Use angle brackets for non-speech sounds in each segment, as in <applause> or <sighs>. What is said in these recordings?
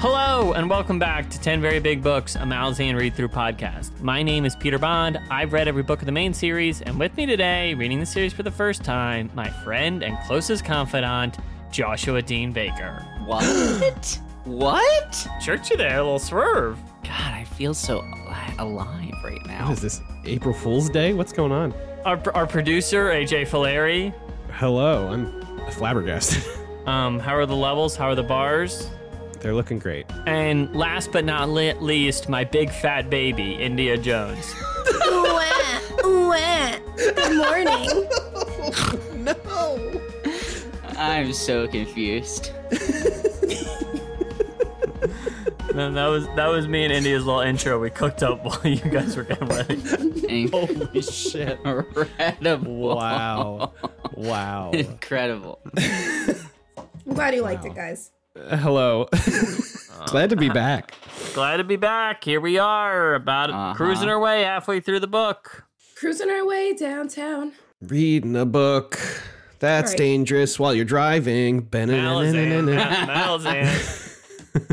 Hello, and welcome back to 10 Very Big Books, a Malzahn read through podcast. My name is Peter Bond. I've read every book of the main series, and with me today, reading the series for the first time, my friend and closest confidant, Joshua Dean Baker. What? what? Church you there, a little swerve. God, I feel so al- alive right now. What is this? April Fool's Day? What's going on? Our, our producer, AJ Fileri. Hello, I'm flabbergasted. <laughs> Um, how are the levels? How are the bars? They're looking great. And last but not le- least, my big fat baby, India Jones. Wah, wah. Good morning. <laughs> I'm so confused. And that was that was me and India's little intro we cooked up <laughs> while you guys were getting ready. Holy shit. Incredible. <laughs> Wow. Wow. Incredible. Uh, I'm glad you liked it, guys. Hello. <laughs> Glad to be back. Glad to be back. Here we are, about Uh-huh. cruising our way halfway through the book. Cruising our way downtown. Reading a book. That's All right. dangerous while you're driving. Ba-na-na-na-na-na. <laughs> Malazan. Malazan.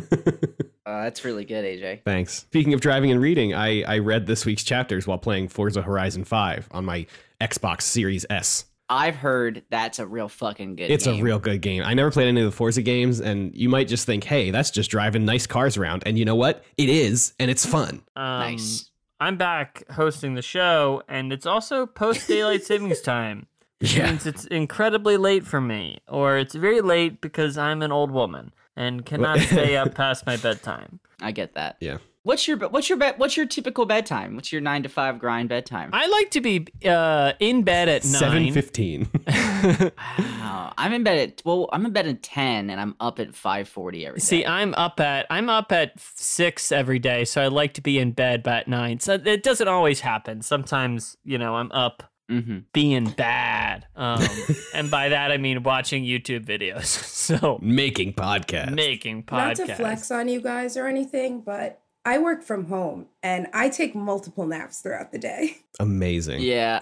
Uh, that's really good, AJ. Thanks. Speaking of driving and reading, I, I read this week's chapters while playing Forza Horizon 5 on my Xbox Series S. I've heard that's a real fucking good It's game. a real good game. I never played any of the Forza games, and you might just think, hey, that's just driving nice cars around. And you know what? It is, and it's fun. Um, Mm. Nice. I'm back hosting the show, and it's also post daylight savings time. Which Yeah. means it's incredibly late for me, or it's very late because I'm an old woman and <laughs> cannot stay up past my bedtime. I get that. Yeah. What's your what's your bed what's your typical bedtime? What's your 9 to 5 grind bedtime? I like to be uh, in bed at Seven nine. <laughs> fifteen. Wow. I'm in bed at well, I'm in bed at 10 and I'm up at 5:40 every day. See, I'm up at I'm up at six every day, so I like to be in bed by at nine. So it doesn't always happen. Sometimes, you know, I'm up <laughs> mm-hmm. being bad, <laughs> um, and by that I mean watching YouTube videos. <laughs> So Making podcast. making Not to podcasts. flex on you guys or anything, but I work from home and I take multiple naps throughout <laughs> the day. Amazing. Yeah.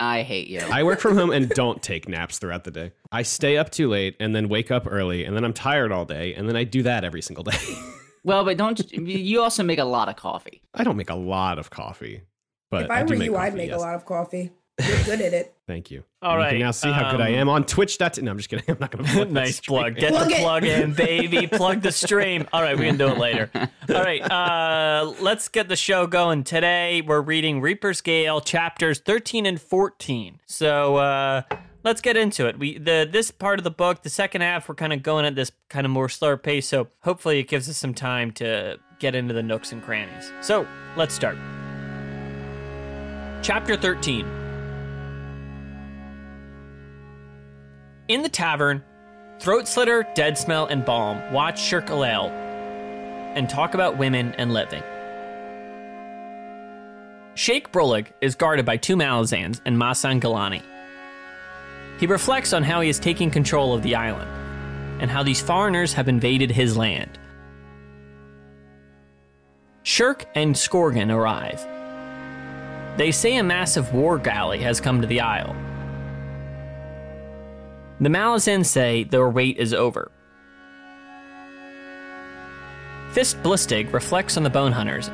I hate you. I work from home and don't take naps throughout the day. I stay up too late and then wake up early and then I'm tired all day and then I do that every single day. <laughs> Well, but don't you also make a lot of coffee? I don't make a lot of coffee, but if I, do were make you, I'd coffee, make yes. a lot <laughs> of coffee. You're good at it. Thank you. All And you right, can now see how good I um, am on Twitch. Dot- no, I'm just kidding. <laughs> I'm not going <laughs> to. nice plug. Get Plug the it. plug in, baby. plug the stream. All right, we can do it later. All right, uh, let's get the show going. Today we're reading Reaper's Gale chapters 13 and 14. So uh, let's get into it. We the this part of the book, the second half, we're kind of going at this kind of more slower pace. So hopefully it gives us some time to get into the nooks and crannies. So let's start. Chapter 13. In the tavern, Throat Slitter, Dead Smell, and Balm watch Shirk Alel and talk about women and living. Sheikh Brolig is guarded by two Malazans and Masan Galani. He reflects on how he is taking control of the island and how these foreigners have invaded his land. Shirk and Scorgan arrive. They say a massive war galley has come to the isle. The Malazans say their wait is over. Fist Blistig reflects on the Bone Hunters.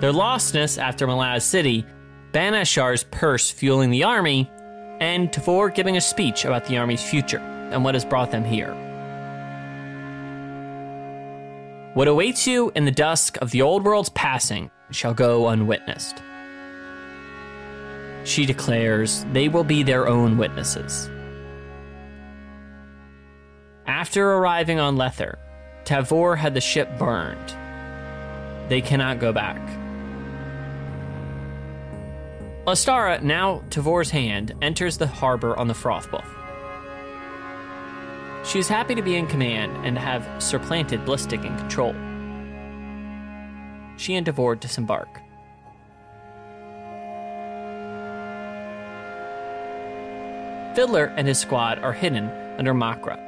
Their lostness after Malaz City, Banishar's purse fueling the army, and Tavor giving a speech about the army's future and what has brought them here. What awaits you in the dusk of the old world's passing shall go unwitnessed. She declares they will be their own witnesses. After arriving on Lether, Tavor had the ship burned. They cannot go back. Ostara, now Tavor's hand, enters the harbor on the Frothbuff. She is happy to be in command and have supplanted Blistic in control. She and Tavor disembark. Fiddler and his squad are hidden under Makra.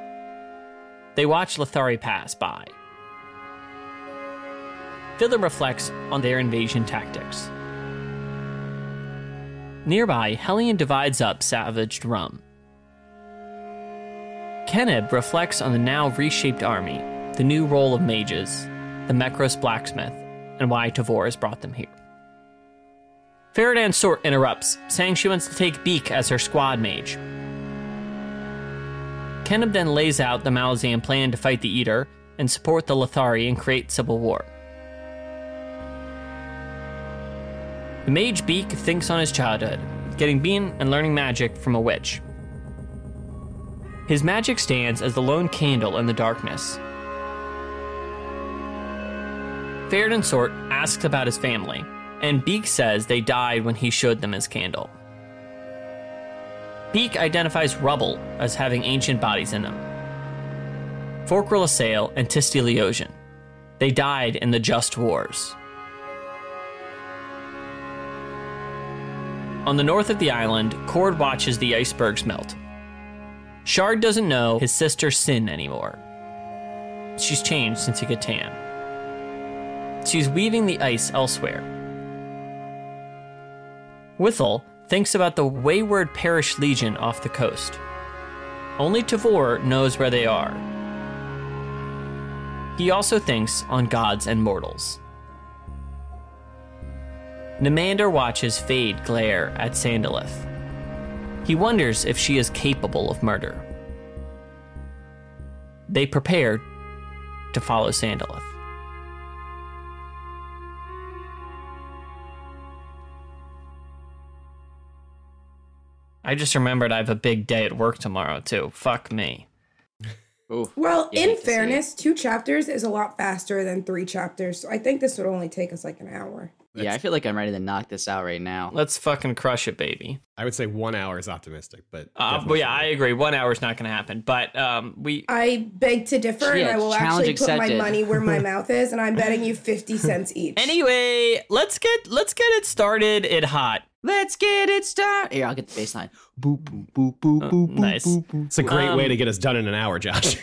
They watch Lothari pass by. Fiddler reflects on their invasion tactics. Nearby, Hellion divides up savaged rum. Keneb reflects on the now reshaped army, the new role of mages, the Mekros blacksmith, and why Tavor has brought them here. Faradan Sort interrupts, saying she wants to take Beak as her squad mage. Kenib then lays out the Malazan plan to fight the Eater and support the Lothari and create civil war. The mage Beak thinks on his childhood, getting beaten and learning magic from a witch. His magic stands as the lone candle in the darkness. Ferdinand Sort asks about his family, and Beak says they died when he showed them his candle. Beak identifies rubble as having ancient bodies in them. Forkrel Assail and Tisteleosian. They died in the Just Wars. On the north of the island, Cord watches the icebergs melt. Shard doesn't know his sister Sin anymore. She's changed since Yucatan. She's weaving the ice elsewhere. Withel thinks about the wayward parish legion off the coast. Only Tavor knows where they are. He also thinks on gods and mortals. Namander watches Fade glare at Sandalith. He wonders if she is capable of murder. They prepare to follow Sandalith. I just remembered I have a big day at work tomorrow too. Fuck me. Ooh. Well, You in hate to see it. fairness, two chapters is a lot faster than three chapters. So I think this would only take us like an hour. Yeah, I feel like I'm ready to knock this out right now. Let's fucking crush it, baby. I would say one hour is optimistic, but Uh, but definitely- yeah, I agree. One hour is not going to happen. But um, we I beg to differ, and Yeah, I will challenge actually put my accepted. money <laughs> where my mouth is, and I'm betting you 50 cents each. anyway. Let's get let's get it started. It hot. Let's get it started. Here, I'll get the bass line. Boop, boop, boop, boop, Uh, boop, boop, nice. boop, boop. it's a great way Um, to get us done in an <laughs> hour, Josh.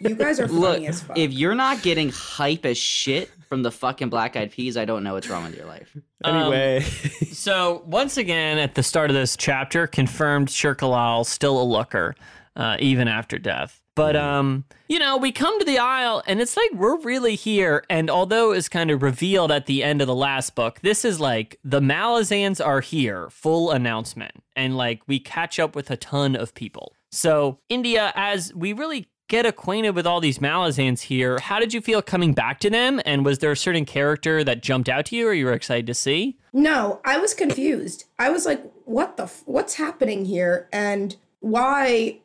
you guys are funny Look, as fuck. if you're not getting hype as shit from the fucking Black Eyed Peas, I don't know what's wrong with your life. <laughs> anyway, um, So once again, at the start of this chapter, confirmed Shirkalal still a looker, uh, even after death. But um, you know, we come to the Isle, and it's like we're really here. And although it's kind of revealed at the end of the last book, this is like the Malazans are here, full announcement, and like we catch up with a ton of people. So India, as we really get acquainted with all these Malazans here, how did you feel coming back to them? And was there a certain character that jumped out to you, or you were excited to see? No, I was confused. I was like, what the, f- what's happening here? And why,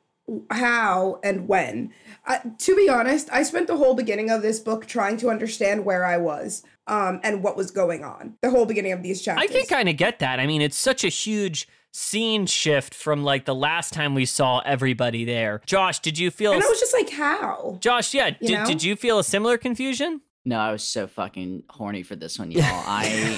how, and when? I, to be honest, I spent the whole beginning of this book trying to understand where I was um, and what was going on. The whole beginning of these I chapters. can kind of get that. I mean, it's such a huge scene shift from like the last time we saw everybody there. Josh, did you feel? and I was just like, how? Josh, yeah, You did, know? did you feel a similar confusion? No, I was so fucking horny for this one, y'all. I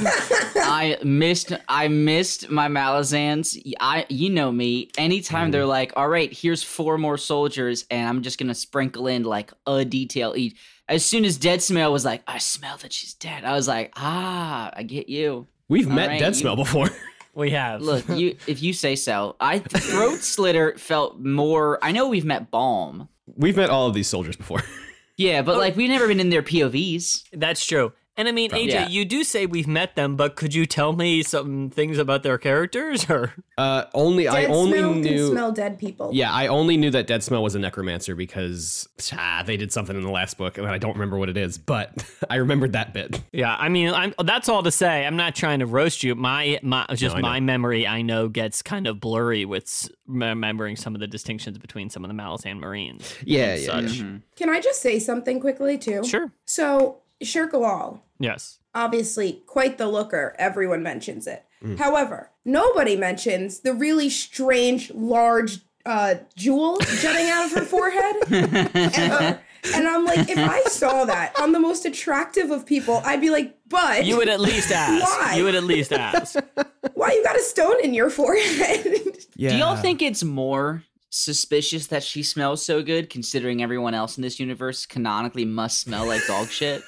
<laughs> I missed I missed my Malazans. I you know me. Anytime they're like, all right, here's four more soldiers, and I'm just gonna sprinkle in like a detail each. As soon as Dead Smell was like, I smell that she's dead. I was like, ah, I get you. we've All met right, Dead you- Smell before. <laughs> We have. Look, you if you say so. I throat slitter felt more. I know we've met Balm. we've met all of these soldiers before. <laughs> Yeah, but like we've never been in their POVs. That's true. And I mean, AJ, Yeah. you do say we've met them, but could you tell me some things about their characters? Or Uh, only I only smell knew. can smell dead people. Yeah, I only knew that Dead Smell was a necromancer because ah, they did something in the last book, and I don't remember what it is, but <laughs> I remembered that bit. yeah, I mean, I'm, that's all to say. I'm not trying to roast you. My my just I know. my memory, I know, gets kind of blurry with s- remembering some of the distinctions between some of the Malazan Marines. <laughs> Yeah, and such. Can I just say something quickly too? Sure. So Shirkalal, Yes. obviously quite the looker. Everyone mentions it. However, nobody mentions the really strange, large uh, jewel jutting out of <laughs> her forehead. and, uh, and I'm like, if I saw that on the most attractive of people, I'd be like, but You would at least ask. <laughs> Why? You would at least <laughs> ask. <laughs> why you got a stone in your forehead? <laughs> Yeah. Do y'all think it's more suspicious that she smells so <laughs> good, considering everyone else in this universe canonically must smell like dog shit?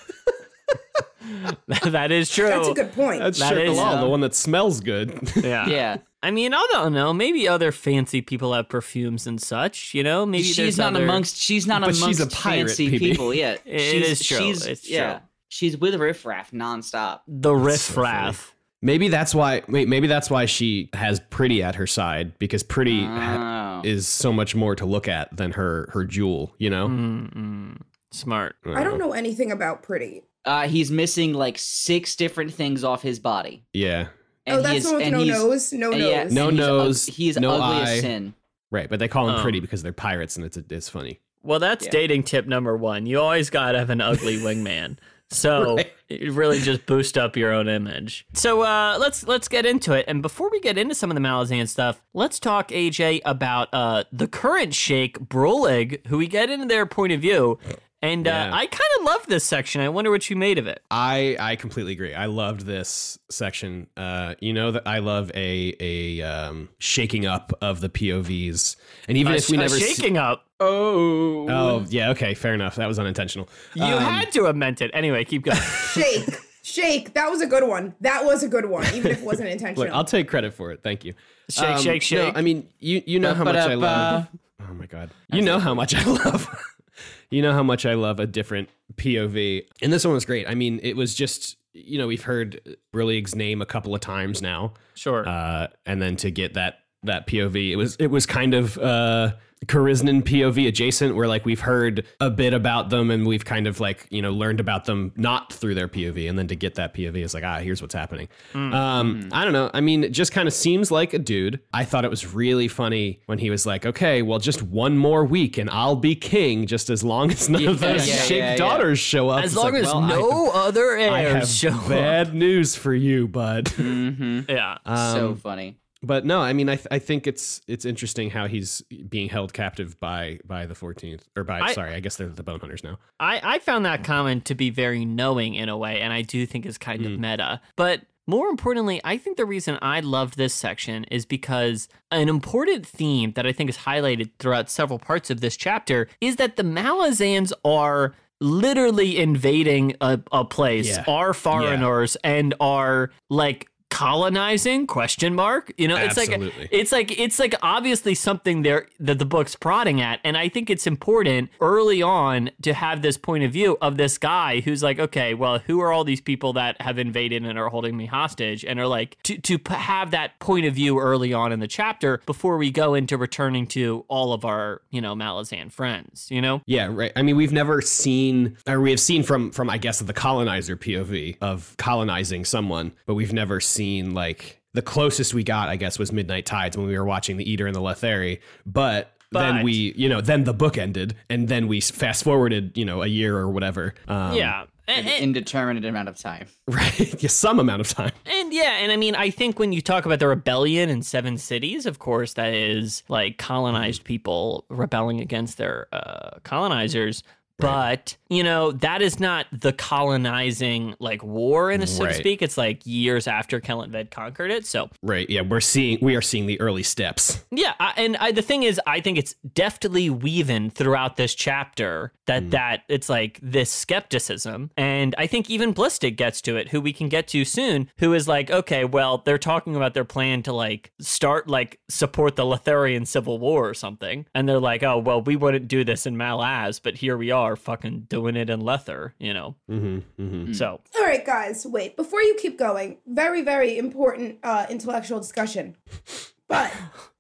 that is true. That's a good point. That's That Shirk is, um, Halal, uh, the one that smells good. <laughs> yeah. Yeah. I mean, I don't know. Maybe other fancy people have perfumes and such. You know, maybe she's there's not other- amongst she's not But amongst she's a pirate, fancy PB. people. Yeah. <laughs> It she's, is true. She's, It's yeah. true. She's with riffraff nonstop. the so funny. riffraff. maybe that's why. Wait, maybe that's why she has Pretty at her side because Pretty Ah. ha- Oh. is so much more to look at than her her jewel. You know. Mm. Mm-mm. Smart. I don't know anything about pretty. Uh, he's missing like six different things off his body. Yeah. And oh, he that's is, the one with and no he's, nose, no and nose. yeah, No and he's ug- nose, He's no ugly eye. as sin. Right, but they call them Oh. Pretty because they're pirates, and it's it's funny. Well, that's Yeah. dating tip number one. You always gotta have an <laughs> ugly wingman. So it really just boost up your own image. So uh, let's let's get into it. And before we get into some of the Malazan stuff, let's talk AJ about uh, the current Sheikh Brolig, who we get into their point of view. And Yeah. uh, I kind of love this section. I wonder what you made of it. I I completely agree. I loved this section. Uh, you know that I love a a um, shaking up of the POVs, and even A- if we a never see- shaking up. Oh. oh yeah, okay, fair enough. That was unintentional. You Um, had to have meant it. Anyway, keep <laughs> going. Shake, shake. That was a good one. That was a good one, even if it wasn't intentional. Look, I'll take credit for it. Thank you. Shake, Um, shake, shake. No, I mean, you you know how much I love. Oh my god, you know how much I <laughs> love. you know how much I love a different POV, and this one was great. I mean, it was just you know we've heard Brillig's name a couple of times now. sure. uh, and then to get that that POV, it was it was kind of uh, Charisnan POV adjacent, where like we've heard a bit about them and we've kind of like you know learned about them not through their POV, and then to get that POV is like ah here's what's happening. Mm. Um, I don't know. I mean, it just kind of seems like a dude. I thought it was really funny when he was like, okay, well just one more week and I'll be king, just as long as none of Yeah, those yeah, shaped yeah, yeah. daughters show up. as It's long like, as well, I- no other I have heirs show up. Mm. bad news for you, bud. hmm Yeah. uh, Um, so funny. but no, I mean, I, th- I think it's it's interesting how he's being held captive by by the 14th or by I- sorry, I guess they're the bone hunters now. I, I found that comment to be very knowing in a way, and I do think is kind of meta. But more importantly, I think the reason I loved this section is because an important theme that I think is highlighted throughout several parts of this chapter is that the Malazans are literally invading a, a place, Yeah. are foreigners, and are like colonizing question mark you know it's like Absolutely. it's like it's like obviously something there that the book's prodding at, and I think it's important early on to have this point of view of this guy who's like, okay, well, who are all these people that have invaded and are holding me hostage, and are like to to p- have that point of view early on in the chapter before we go into returning to all of our you know Malazan friends, you know. Yeah, right. I mean, we've never seen, or we have seen from from I guess the colonizer POV of colonizing someone, but we've never seen like the closest we got, I guess, was Midnight Tides when we were watching the Eater and the Letheri, but. But- then we, you know, then the book ended, and then we fast forwarded, you know, a year or whatever. Um, yeah. Eh, And- and- Indeterminate amount of time. <laughs> right. Yeah, some amount of time. And yeah, and I mean, I think when you talk about the rebellion in Seven Cities, of course, that is like colonized people rebelling against their uh, colonizers. But, you know, that is not the colonizing like war, in a so to Right. speak. It's like years after Kellenved conquered it. So Right. Yeah, we're seeing we are seeing the early steps. yeah, I, and I, the thing is, I think it's deftly woven throughout this chapter that Mm. that it's like this skepticism, and I think even Blistic gets to it, who we can get to soon, who is like, okay, well, they're talking about their plan to like start like support the Lotharian civil war or something, and they're like, oh, well, we wouldn't do this in Malaz, but here we are, fucking doing it in Lether, you know. Mm-hmm, mm-hmm. So All right, guys, wait. Before you keep going, very, very important uh, intellectual discussion. But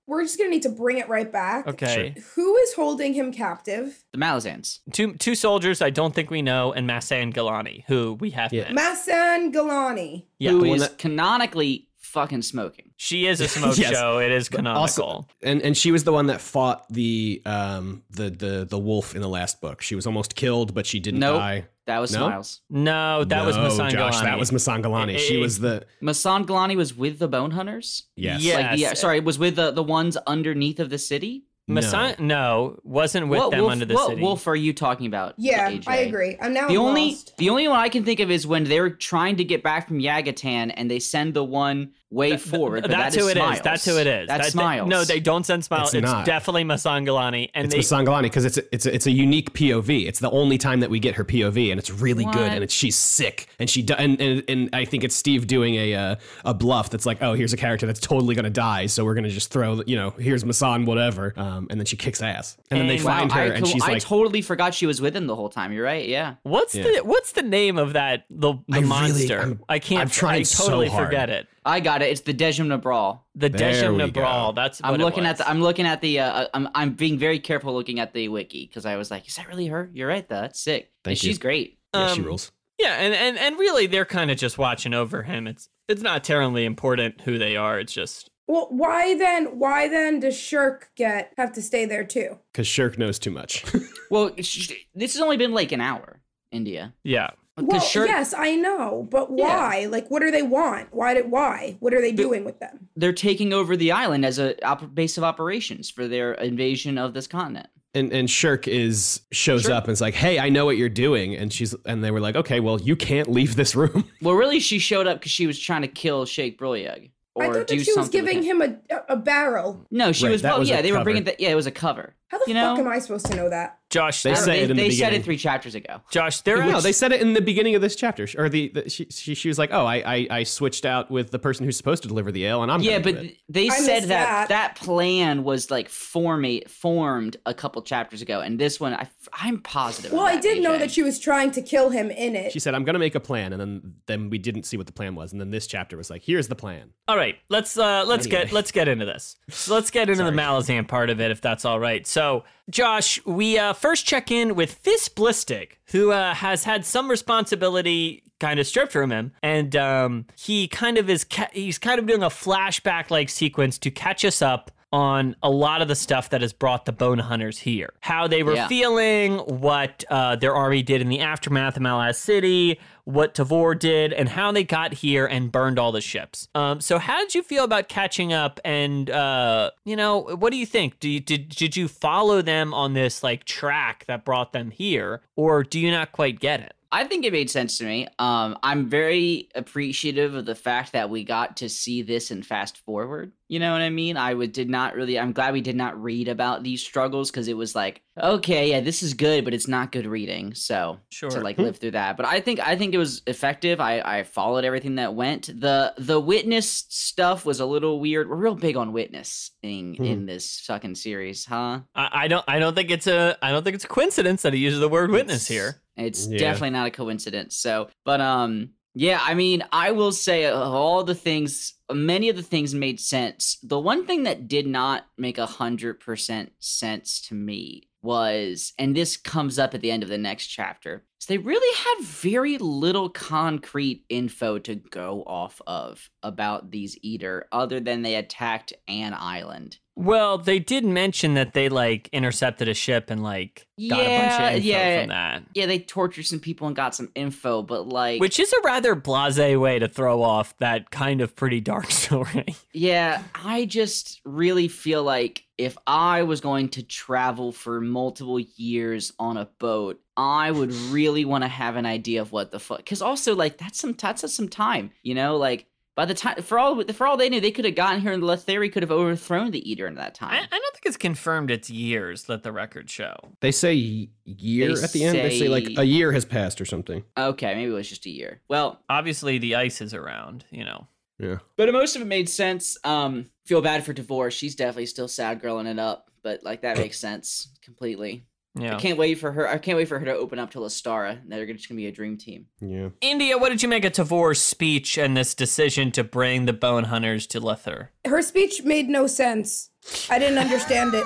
we're just going to need to bring it right back. okay, Who is holding him captive? The Malazans. two two soldiers I don't think we know, and Massey and Galani, who we have Yeah. met. Masan Galani. Yeah. who the one is that- canonically fucking smoking. She <laughs> is a smoke Yes. show. It is canonical. Also, and and she was the one that fought the um the the the wolf in the last book. She was almost killed, but she didn't Nope. die. That was No? Smiles. no, Oh, that was No, Masangalani. Josh, that was Masangalani. She Eh, eh, was the Masan Galani was with the Bone Hunters. yes. Yeah. Like, yeah, Yes. sorry, was with the, the ones underneath of the city. Masan. No. wasn't with what them wolf, under the what city. wolf are you talking about? Yeah, AJ? I agree. I'm now The only lost. the only one I can think of is when they're trying to get back from Yagatan and they send the one way forward. But That's that who it is. Smiles. That's who it is. That's That- they- Smiles. no, they don't send smile. It's, It's not. definitely Masangalani, and It's they Masangalani because it's a, it's a, it's a unique POV. It's the only time that we get her POV, and it's really good. What? And it's, she's sick, and she do, and, and and I think it's Steve doing a uh, a bluff that's like, oh, here's a character that's totally gonna die, so we're gonna just throw you know, here's Masan, whatever, um, and then she kicks ass, and, then they And- Wow, find her, I, and co- she's I like, totally forgot she was with him the whole time. You're right. Yeah. What's Yeah. the what's the name of that the, the I really- monster? I'm- I can't. I'm trying I so totally hard. forget it. I got it. It's the Dejumna Brawl. The There we Dejumna go. Brawl. That's what I'm it looking at was. the. I'm looking at the. Uh, I'm. I'm being very careful looking at the wiki because I was like, is that really her? You're right. Though. That's sick. Thank She's you. great. yeah, she um, rules. yeah, and and and really, they're kind of just watching over him. It's it's not terribly important who they are. It's just Well, why then? Why then does Shirk get have to stay there too? Because Shirk knows <laughs> too much. Well, sh- this has only been like an hour. India. yeah. Well, Because Shirk- yes, I know, but Yeah. why? Like, what do they want? Why? Did, why? What are they doing with them? they're taking over the island as a op- base of operations for their invasion of this continent. and and Shirk is shows Shirk- up and is like, "Hey, I know what you're doing." And she's and they were like, "Okay, well, you can't leave this room." <laughs> Well, really, she showed up because she was trying to kill Sheikh Brolyug or I thought do that she was something with giving him a a barrel. No, she Right, was. that Well, was a yeah, they cover. were bringing that. Yeah, it was a cover. How the You fuck know? am I supposed to know that? Josh, They they're- I don't- say it in the they said beginning. it three chapters ago. Josh, they're no, act- they said it in the beginning of this chapter, or the, the she, she she was like, "Oh, I, I I switched out with the person who's supposed to deliver the ale, and I'm yeah, gonna do but it." th- they I said missed that, that. that plan was like formate formed a couple chapters ago, and this one I am positive. Well, on I that, did know AJ. that she was trying to kill him in it. she said, "I'm gonna make a plan," and then then we didn't see what the plan was, and then this chapter was like, "Here's the plan." All right, let's uh, let's get Anyway. let's get into this. So let's get into the Malazan part of it, if that's all right. So, Josh, we uh, first check in with Fistblistic, who uh, has had some responsibility kind of stripped from him, and um, he kind of is ca- he's kind of doing a flashback like sequence to catch us up on a lot of the stuff that has brought the bone hunters here how they were Yeah. feeling what uh, their army did in the aftermath of malaz city what tavor did and how they got here and burned all the ships um, so how did you feel about catching up and uh, you know what do you think do you, did, did you follow them on this like track that brought them here or do you not quite get it I think it made sense to me. Um, I'm very appreciative of the fact that we got to see this in fast forward. You know what I mean? I would did not really. I'm glad we did not read about these struggles because it was like, okay, yeah, this is good, but it's not good reading. So Sure. to like live through that. But I think I think it was effective. I I followed everything that went. The the witness stuff was a little weird. We're real big on witnessing in this fucking series, huh? I, I don't i don't think it's a i don't think it's a coincidence that he uses the word witness It's- here It's Yeah. definitely not a coincidence. So, but um, yeah, I mean, I will say of all the things, many of the things made sense. The one thing that did not make a hundred percent sense to me was, and this comes up at the end of the next chapter, is they really had very little concrete info to go off of about these eater, other than they attacked an island. Well, they did mention that they like intercepted a ship and like got a bunch Yeah, of info yeah. from that. Yeah, they tortured some people and got some info, but like, Which is a rather blase way to throw off that kind of pretty dark <laughs> story. Yeah, I just really feel like if I was going to travel for multiple years on a boat, I would really want to have an idea of what the fuck. Because also, like that's some that's some time, you know. Like by the time for all for all they knew, they could have gotten here and Letheri could have overthrown the Eater in that I, I <laughs> time. don't think it's confirmed it's years that the records show. They say y- year They at the end. They say like say- a year has passed or something. okay, maybe it was just a year. Well, Obviously, the ice is around, you know. Yeah, But most of it made sense. Um, feel bad for divorce. She's definitely still sad girling it up, but like that makes sense completely. Yeah. I can't wait for her. I can't wait for her to open up to Lestara. and They're just gonna be a dream team. yeah. India, what did you make of Tavor's speech and this decision to bring the bone hunters to Lether? Her speech made no sense. I didn't understand it.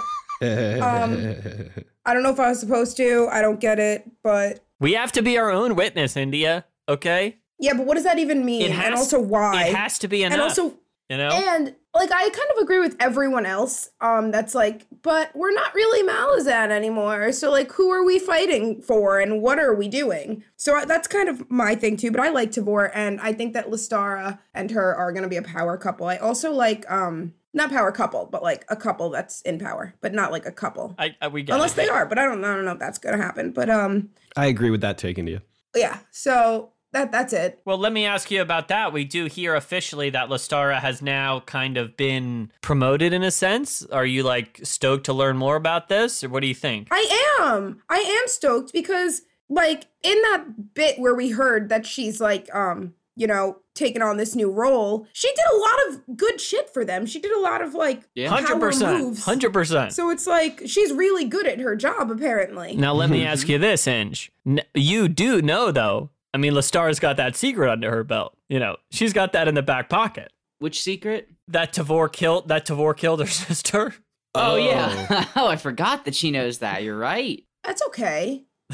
Um, <laughs> I don't know if I was supposed to. I don't get it, but We have to be our own witness, India. Okay, yeah. But what does that even mean? It has- and also, why? it has to be enough. and also, you know, and like, I kind of agree with everyone else. Um, that's like, but we're not really Malazan anymore. So, like, who are we fighting for, and what are we doing? So I- that's kind of my thing too. But I like Tavor, and I think that Listara and her are gonna be a power couple. I also like, um, not power couple, but like a couple that's in power, but not like a couple. I, I, we get Unless it. they are, but I don't, I don't know if that's gonna happen. But um, I agree with that take, India. yeah so that that's it. Well, let me ask you about that. We do hear officially that Lestara has now kind of been promoted in a sense. Are you like stoked to learn more about this, or what do you think? I am. I am stoked because like in that bit where we heard that she's like um, you know, taking on this new role, she did a lot of good shit for them. She did a lot of like Yeah. power Hundred percent, moves. hundred percent. So it's like she's really good at her job apparently. Now let me ask you this, Inge. N- you do know though. I mean, Lestara's got that secret under her belt. You know, she's got that in the back pocket. Which secret? That Tavor killed. That Tavor killed her <laughs> sister. Oh, yeah. <laughs> oh, I forgot that she knows that. You're right. That's okay. <laughs>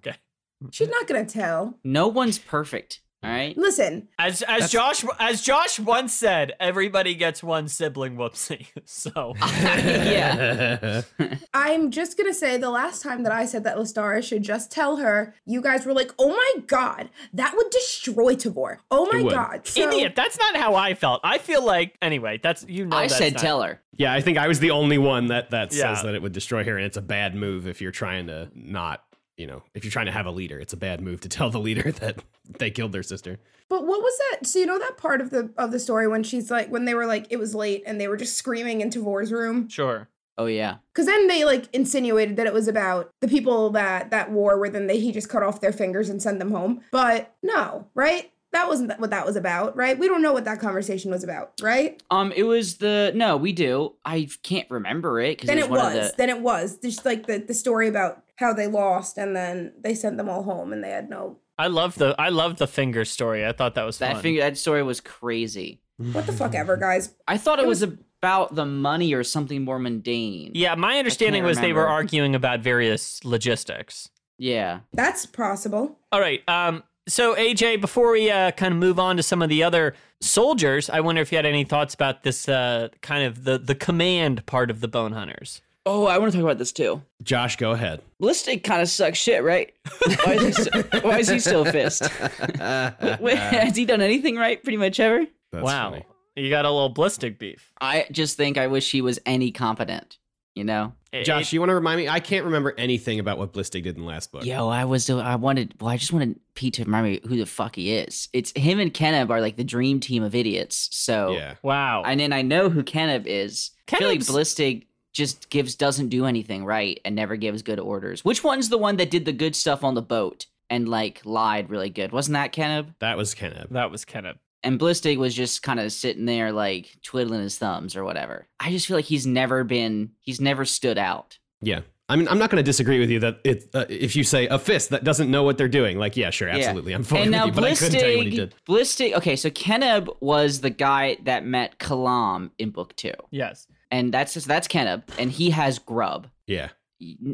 Okay. She's not going to tell. No one's perfect. All right. Listen, As as Josh as Josh once said, everybody gets one sibling <laughs> whoopsie. So Oh. <laughs> yeah. <laughs> yeah. I'm just gonna say the last time that I said that Lestara should just tell her, you guys were like, "Oh my god, that would destroy Tavor." Oh my It would. god, so, idiot. That's not how I felt. I feel like anyway. That's you know. I that's said not- tell her. yeah, I think I was the only one that that Yeah. says that it would destroy her, and it's a bad move if you're trying to not, you know, if you're trying to have a leader, it's a bad move to tell the leader <laughs> that they killed their sister. But what was that? So you know that part of the of the story when she's like, when they were like, it was late, and they were just screaming in Tavor's room, Sure. Oh yeah. because then they like insinuated that it was about the people that that war where then they he just cut off their fingers and sent them home. But no, right? That wasn't what that was about, right? We don't know what that conversation was about, right? Um, it was the no, we do. I can't remember it because then it was it one was. of the. Then it was just like the, the story about how they lost and then they sent them all home and they had no. I love the I love the finger story. I thought that was That fun. figure, that story was crazy. What the fuck ever, guys. I thought it, It was, about the money or something more mundane. yeah, my understanding can't was they were remember. arguing about various logistics. Yeah. That's possible. All right. Um. So AJ, before we uh, kind of move on to some of the other soldiers, I wonder if you had any thoughts about this uh, kind of the the command part of the Bone Hunters. Oh, I want to talk about this too. Josh, <laughs> go ahead. Listig kind of sucks shit, right? <laughs> Why is he, st- why is he still a fist? Wait, <laughs> has he done anything right pretty much ever? That's wow, funny. you got a little ballistic beef, I just think I wish he was any competent. You know. It- Josh, you want to remind me? I can't remember anything about what Blistig did in the last book. Yo, I was. I wanted. Well, I just wanted Pete to remind me who the fuck he is. It's him and Keneb are like the dream team of idiots. So. Yeah. Wow. And then I know who Keneb is. Philly Keneb's- Ballistic just gives doesn't do anything right and never gives good orders. Which one's the one that did the good stuff on the boat and like lied really good? Wasn't that Keneb? That was Kenneth. that was kind of And Ballistic was just kind of sitting there like twiddling his thumbs or whatever. I just feel like he's never been he's never stood out. <laughs> Yeah. I mean, I'm not going to disagree with you that it, uh, if you say a fist that doesn't know what they're doing, like, yeah, sure, Yeah. absolutely. I'm fine And with now you, but I couldn't tell you what he Ballistic did. Ballistic okay, so Keneb was the guy that met Kalam in book two. yes. And that's just that's Keneb. And he has grub. Yeah.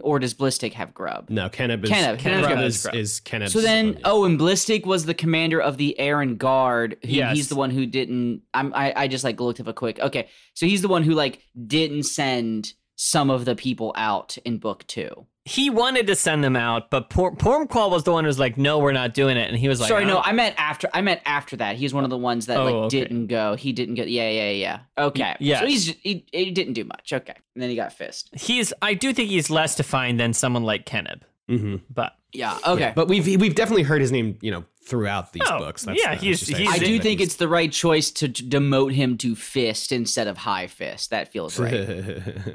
Or does Ballistic have grub? No, Kenneth is Kenneb. Kenneb's Grub got his is, grub. is Kenneb's So then, opponent. oh, and Blistic was the commander of the Aaron Guard. Who, Yes. He's the one who didn't. I'm, I I just like looked up a quick. Okay, so he's the one who like didn't send some of the people out in book two. He wanted to send them out, but Por- Pormqual was the one who was like, "No, we're not doing it," and he was like, Sorry, no, "Oh." I meant after. I meant after that. He's one of the ones that Oh, like okay. didn't go. He didn't go. Yeah, yeah, yeah. Okay. Y- yes. So he's he, he didn't do much. Okay. And then he got fist. "Oh, He's. I do think he's less defined than someone like Kenneb, Mhm. but Yeah. Okay. Yeah, But we've we've definitely heard his name, you know, throughout these Oh, books. yeah, that's he's- just how he's- I Is feel do that think he's- it's the right choice to d- demote him to fist instead of high fist. That <laughs> feels right.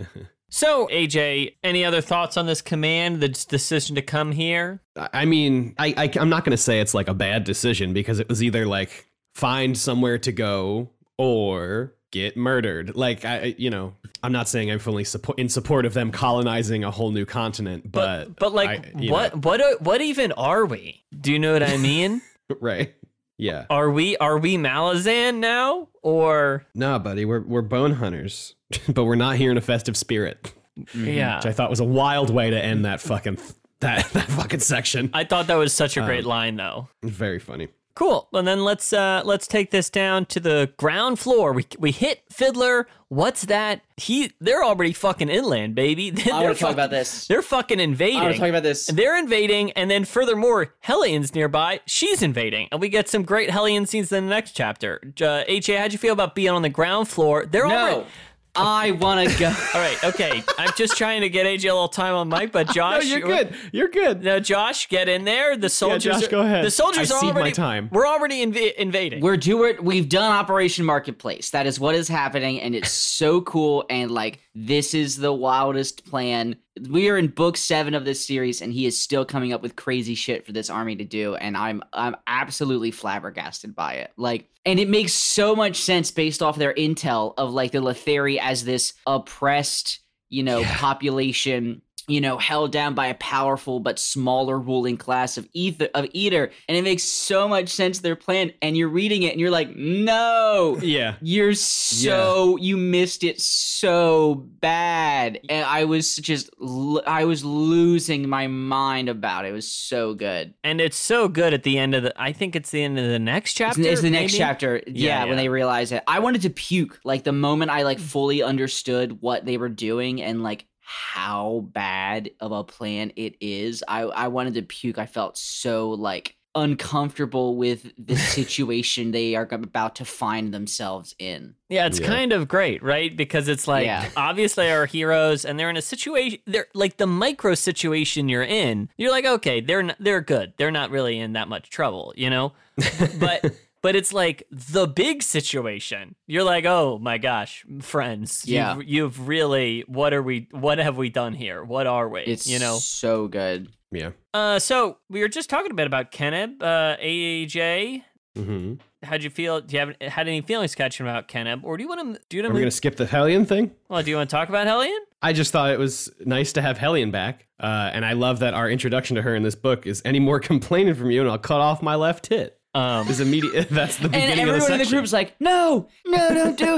So, AJ, any other thoughts on this command, the d- decision to come here? <laughs> I mean, I, I am not going to say it's like a bad decision because it was either like find somewhere to go or get murdered. Like I, I- you know, I'm not saying I'm fully support in support of them colonizing a whole new continent, but But, but like, I- you what, what, are, what even are we? Do you know what I <laughs> mean? know, <laughs> right? Yeah, are we, are we Malazan now, or nah, buddy, we're we're bone hunters, <laughs> but we're not here in a festive spirit, yeah? which I thought was a wild way to end that fucking that <laughs> that fucking section. I thought that was such Uh, a great line, though. Very funny. Cool. And then let's uh let's take this down to the ground floor. We we hit Fiddler. What's that? He they're already fucking inland, baby. <laughs> They're, I want to talk fucking, about this. They're fucking invading. I want to talk about this. They're invading, and then furthermore, Hellion's nearby. She's invading, and we get some great Hellion scenes in the next chapter. Uh, HA, how'd you feel about being on the ground floor? They're No. already I want <laughs> to go. All right, okay. I'm just trying to get AJ a little time on Mike, but Josh, Oh, you're good. You're good. No, Josh, get in there. The soldiers. Josh, are- go ahead. The soldiers I are cede my already. time. We're already inv- invading. We're doing. We've done Operation Marketplace. That is what is happening, and it's so cool. And like, this is the wildest plan. We are in book seven of this series, and he is still coming up with crazy shit for this army to do. And I'm I'm absolutely flabbergasted by it. Like, and it makes so much sense based off their intel of like the Letheri as this oppressed, you know, population you know, held down by a powerful but smaller ruling class of ether of eater, and it makes so much sense their plan. And you're reading it, and you're like, no, <laughs> Yeah. you're so you missed it so bad. And I was just l- I was losing my mind about it. It was so good. and it's so good at the end of the. I think it's the end of the next It's, chapter. it's the next maybe? chapter, yeah, Yeah, When yeah. they realize it, I wanted to puke. Like the moment I like fully understood what they were doing and like how bad of a plan it is. I I wanted to puke. I felt so like uncomfortable with <laughs> the situation they are about to find themselves in. Yeah, it's Yeah. kind of great, right? Because it's like Yeah. obviously our heroes, and they're in a situation. They're like the micro situation you're in. You're like, okay, they're n- they're good. They're not really in that much trouble, you know. <laughs> But but it's like the big situation. You're like, oh my gosh, friends. Yeah. you've, you've really. What are we? What have we done here? What are we? It's you know. so good. Yeah. Uh, so we were just talking a bit about Keneb, uh, AAJ. Mm-hmm. How'd you feel? Do you have had any feelings catching about Keneb, or do you want to do you Are want we to gonna skip the Hellion thing? well? Do you want to talk about Hellion? I just thought it was nice to have Hellion back, uh, and I love that our introduction to her in this book is any more <laughs> complaining from you, and I'll cut off my left tit. <laughs> Um, Is immediate. That's the beginning And of the everyone in the section. group's like, no, no, don't do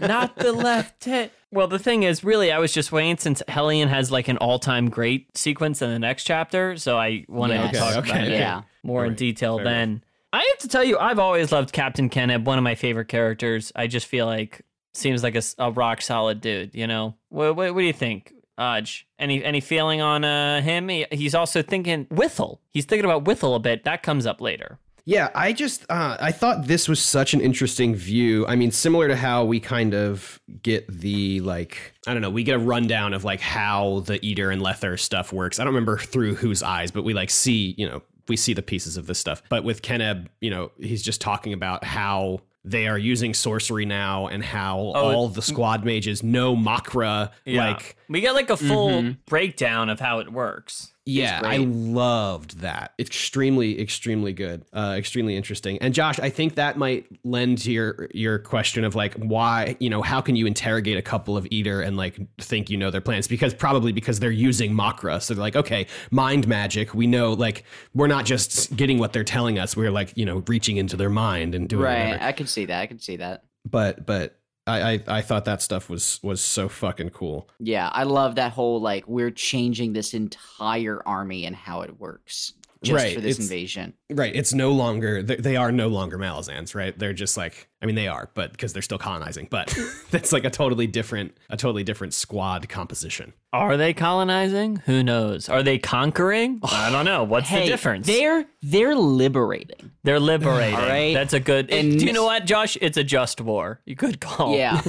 <laughs> not the left tit. Well, the thing is, really, I was just waiting since Hellion has like an all-time great sequence in the next chapter, so I wanted Yes. to talk Okay, about okay, it Yeah. more in Alright, detail fair then. I have to tell you, I've always loved Captain Kenneb, one of my favorite characters. I just feel like seems like a, s- a rock solid dude. You know, what, what, what do you think, Aj? Any any feeling on uh, him? He, he's also thinking Withel. He's thinking about Withel a bit. That comes up later. Yeah, I just uh, I thought this was such an interesting view. I mean, similar to how we kind of get the like I don't know, we get a rundown of like how the Eater and Lether stuff works. I don't remember through whose eyes, but we like see you know we see the pieces of this stuff. But with Keneb, you know, he's just talking about how they are using sorcery now and how Oh, it- all the squad mages know Makra. Like we get like a full Mm-hmm. breakdown of how it works. yeah, I great. loved that. Extremely, extremely good. Uh, extremely interesting. And Josh, I think that might lend to your your question of like why you know how can you interrogate a couple of eater and like think you know their plans because probably because they're using Makra. So they're like, okay, mind magic. We know like we're not just getting what they're telling us. We're like you know reaching into their mind and doing right. whatever. I can see that. I can see that. But but. I, I, I thought that stuff was was so fucking cool. Yeah, I love that whole like we're changing this entire army and how it works just Right, for this it's- invasion. Right. It's no longer, th- they are no longer Malazans, right? They're just like, I mean, they are, but because they're still colonizing, <laughs> but that's like a totally different, a totally different squad composition. Are they colonizing? Who knows? Are they conquering? <sighs> I don't know. What's the difference? They're they're liberating. They're liberating. All right. That's a good. And- do you know what, Josh? It's a just war. You could Oh. call. <laughs>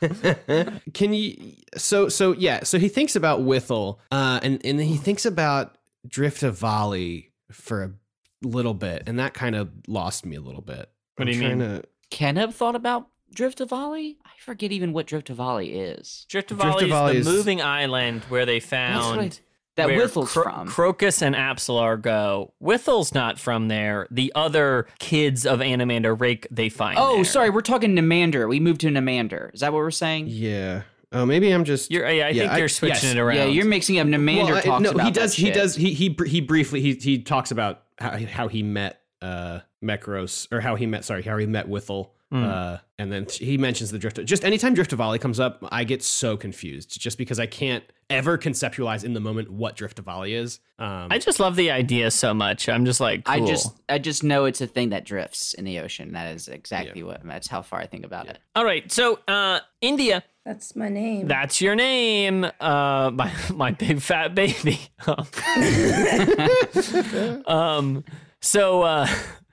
Yeah. Can you, so, so yeah, so he thinks about Withel, uh, and, and then he thinks about Drift of Volley for a little bit, and that kind of lost me a little bit. What do you trying mean? to- Keneb thought about Driftavali? I forget even what Driftavali is. Driftavali Driftavali is is- the moving island where they That's what I- found that where Withel's Cro- from. Crocus and Apsalar go. Withel's not from there. The other kids of Animander Rake they find. oh, there. sorry, we're talking Nemander. We moved to Nemander. Is that what we're saying? yeah. Oh, maybe I'm just. You're, yeah, I Yeah, think I- you're switching yes. it around. Yeah, you're mixing up Nemander Well, I- talks about he that does. He shit. does. He he br- he briefly he he talks about how how he met uh Mekros or how he met sorry how he met Withel. Hmm. Uh, and then he mentions the drift. Just anytime Driftavali comes up, I get so confused, just because I can't ever conceptualize in the moment what Driftavali is. Um, I just love the idea so much. I'm just like, I cool. just I just know it's a thing that drifts in the ocean. That is exactly what that's how far I think about it. All right, so uh, India, That's my name. that's your name, uh, my <laughs> my big fat baby. um, so uh,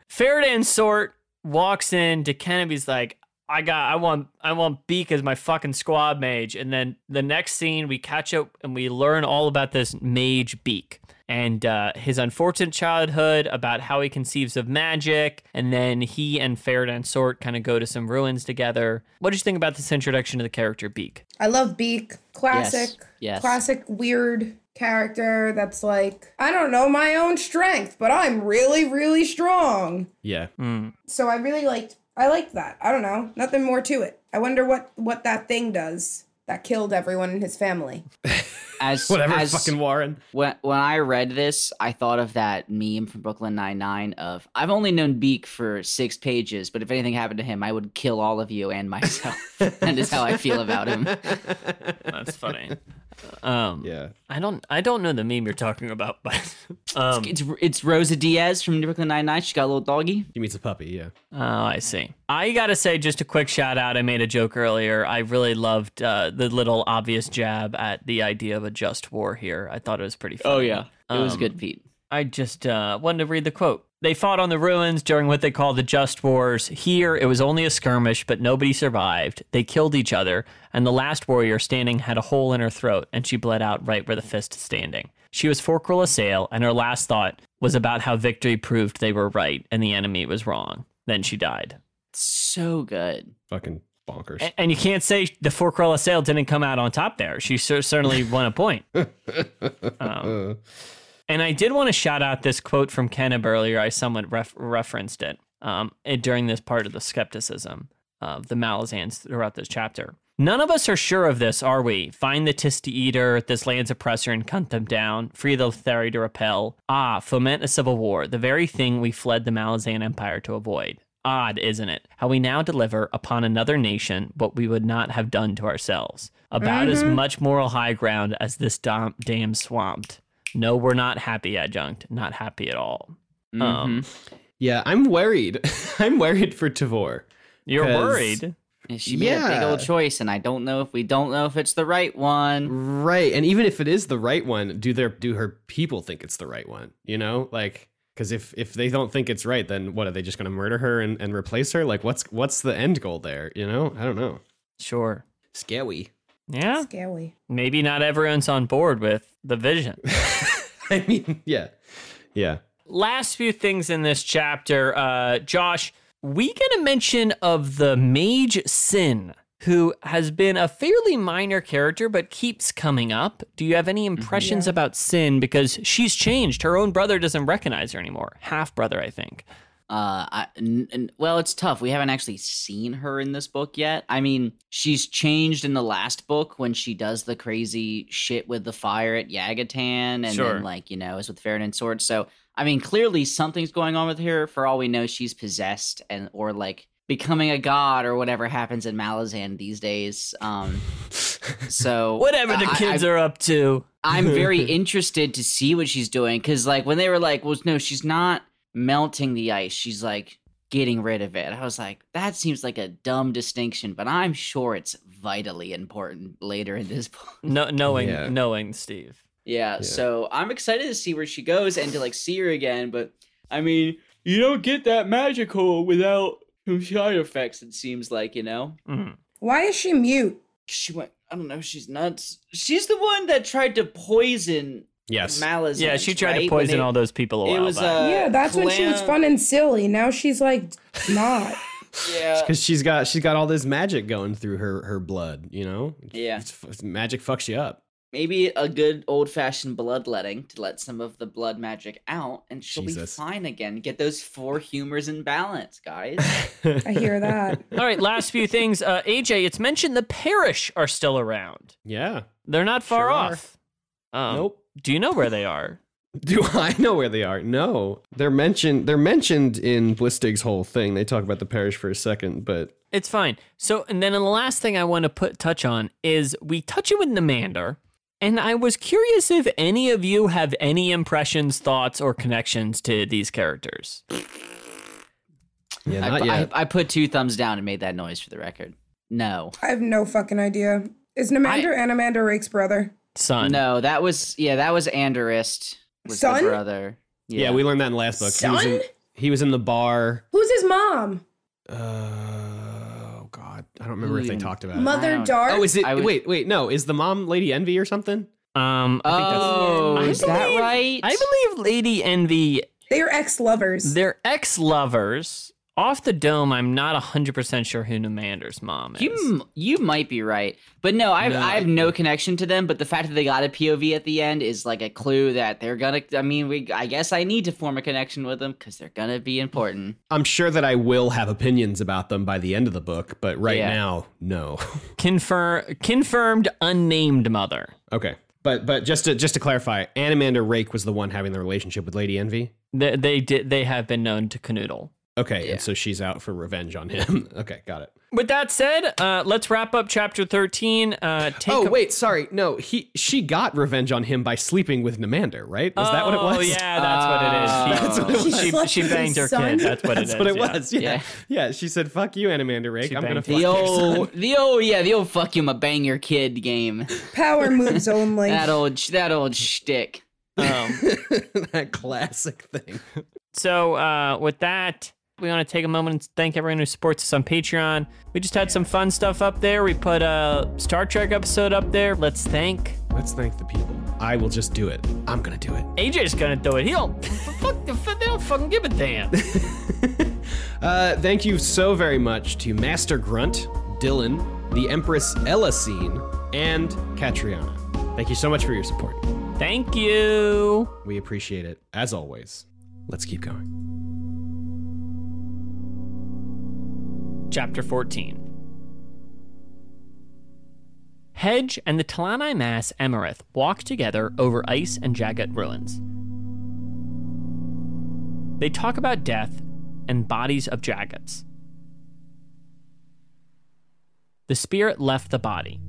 Faraday and Sort walks in to Kennedy's like, I got I want I want Beak as my fucking squad mage. And then the next scene we catch up and we learn all about this mage Beak and uh, his unfortunate childhood, about how he conceives of magic, and then he and Ferdinand Sort kind of go to some ruins together. What did you think about this introduction to the character Beak? I love Beak. Classic. yes. Classic weird character that's like, I don't know my own strength, but I'm really, really strong. Yeah. Hmm, So I really liked I liked that. I don't know. Nothing more to it. I wonder what what that thing does that killed everyone in his family. As Whatever, as- fucking Warren. When when I read this, I thought of that meme from Brooklyn Nine Nine of I've only known Beak for six pages, but if anything happened to him, I would kill all of you <laughs> and myself. that is how I feel about him. That's <laughs> funny. Um, Yeah. I don't I don't know the meme you're talking about, but um, It's it's Rosa Diaz from Brooklyn Nine Nine. She got a little doggy. He meets a puppy. Yeah. Oh, I see. I gotta say, just a quick shout out. I made a joke earlier. I really loved uh, the little obvious jab at the idea of a just war here. I thought it was pretty funny. it was Um, good, Pete. I just uh, wanted to read the quote. They fought on the ruins during what they call the Just Wars. Here, it was only a skirmish, but nobody survived. They killed each other, and the last warrior standing had a hole in her throat, and she bled out right where the fist is standing. She was for Krill Assail, and her last thought was about how victory proved they were right and the enemy was wrong. Then she died. So good. Fucking bonkers. A- And you can't say the Four Crow Assail didn't come out on top there. She cer- certainly won a point. Um, and I did want to shout out this quote from Kenneb earlier. I somewhat ref- referenced it, um, it- during this part of the skepticism of the Malazans throughout this chapter. None of us are sure of this, are we? Find the Tisty Eater, this land's oppressor, and hunt them down. Free the Lothari to repel. Ah, foment a civil war, the very thing we fled the Malazan Empire to avoid. Odd, isn't it? How we now deliver upon another nation what we would not have done to ourselves. About as much moral high ground as this dam- damn swamped. No, we're not happy, adjunct. Not happy at all. Mm-hmm. Um, yeah. I'm worried. <laughs> I'm worried for Tavor. You're 'Cause- worried. And She made a big yeah. old choice, and I don't know if we don't know if it's the right one. Right. And even if it is the right one, do their do her people think it's the right one? You know, like because if if they don't think it's right, then what are they just going to murder her and, and replace her? Like, what's what's the end goal there? You know, I don't know. Sure. Scary. Yeah. Scary. Maybe not everyone's on board with the vision. <laughs> I mean, yeah, yeah. Last few things in this chapter, uh, Josh, we get a mention of the mage Sin, who has been a fairly minor character but keeps coming up. Do you have any impressions about Sin? Because she's changed. Her own brother doesn't recognize her anymore. Half brother, I think. Uh, I, n- n- well, it's tough. We haven't actually seen her in this book yet. I mean, she's changed in the last book when she does the crazy shit with the fire at Yagatan, and Sure. then like you know is with Faradin Sword. So I mean, clearly something's going on with her. For all we know, she's possessed and or like becoming a god or whatever happens in Malazan these days. <laughs> Um, so Whatever the I- I- kids are up to. I'm very interested to see what she's doing because, like, when they were like, "Well, no, she's not melting the ice; she's like getting rid of it." I was like, "That seems like a dumb distinction," but I'm sure it's vitally important later in this book. No, knowing, Yeah. knowing Steve. <laughs> yeah. Yeah. So I'm excited to see where she goes and to like see her again. But I mean, you don't get that magical without some side effects. It seems like you know. Mm. Why is she mute? She went. I don't know. She's nuts. She's the one that tried to poison Yes. Malazan. Yeah, she tried to right? When poison they- all those people a it while was, back. Uh, yeah, that's when she was Clam- fun and silly. Now she's like not. <laughs> Yeah. Because she's got she's got all this magic going through her her blood. You know. Yeah. It's, it's- magic fucks you up. Maybe a good old fashioned bloodletting to let some of the blood magic out and she'll Jesus. be fine again. Get those four humors in balance, <laughs> guys. I <laughs> hear that. All right, last few things. Uh, AJ, it's mentioned the parish are still around. yeah. They're not far Sure are. off. Um, nope. Do you know where they are? Do <laughs> I know where they are? No, they're mentioned. They're mentioned in Blistig's whole thing. They talk about the parish for a second, but <laughs> It's fine. So, and then the last thing I want to put touch on is we touch it with Namander, and I was curious if any of you have any impressions, thoughts, or connections to these characters. yeah, I, not pu- yet. I, I put two thumbs down and made that noise for the record. No. I have no fucking idea. Is Namander Anamander Rake's brother? Son, No, that was yeah, that was Anderist was Son? the brother. yeah. we learned that in last book. He was in, Son? he was in the bar. Who's his mom? Uh, oh God, I don't remember if they Even- talked about it. Uh, I Mother don't- Dark. Oh, is it? I was- wait, wait, no. Is the mom Lady Envy or something? Um, I think that's- Oh, I is that believe- right? I believe Lady Envy, they are ex lovers. they're ex lovers. Off the dome, I'm not 100% sure who Nemander's mom is. You m- you might be right, but no, I No, I have no connection to them. But the fact that they got a POV at the end is like a clue that they're gonna. I mean, we I guess I need to form a connection with them because they're gonna be <laughs> important. I'm sure that I will have opinions about them by the end of the book, but right Yeah. now, no. <laughs> Confir- confirmed unnamed mother. okay. But but just to just to clarify, Animander Rake was the one having the relationship with Lady Envy. They, they did. They have been known to canoodle. Okay, Yeah. and so she's out for revenge on him. <laughs> okay, got it. With that said, uh, let's wrap up chapter thirteen. Uh, take oh a- wait, sorry. No, he she got revenge on him by sleeping with Namander, right? Was that what it Oh was? Ah. yeah, that's what it is. She She, slept she, with banged his her son. kid. That's what <laughs> That's it is. what it yeah. was. Yeah. yeah. she said, "Fuck you, Animander Rake. She I'm gonna banged fuck The your son." old the old yeah the old fuck you my bang your kid game. <laughs> Power moves only. That old sh- that old shtick. Um, <laughs> that classic thing. So, uh, with that, we want to take a moment and thank everyone who supports us on Patreon. We just had some fun stuff up there. We put a Star Trek episode up there. Let's thank. Let's thank the people. I will just do it. I'm gonna do it. AJ's gonna do it. He don't <laughs> fuck. The, they don't fucking give a damn. <laughs> Uh, thank you so very much to Master Grunt, Dylan, the Empress Elasine, and Catriona. Thank you so much for your support. Thank you. We appreciate it as always. Let's keep going. Chapter 14 Hedge and the Talani Mass Emerith walk together over ice and jagged ruins. They talk about death and bodies of jaggets. The spirit left the body.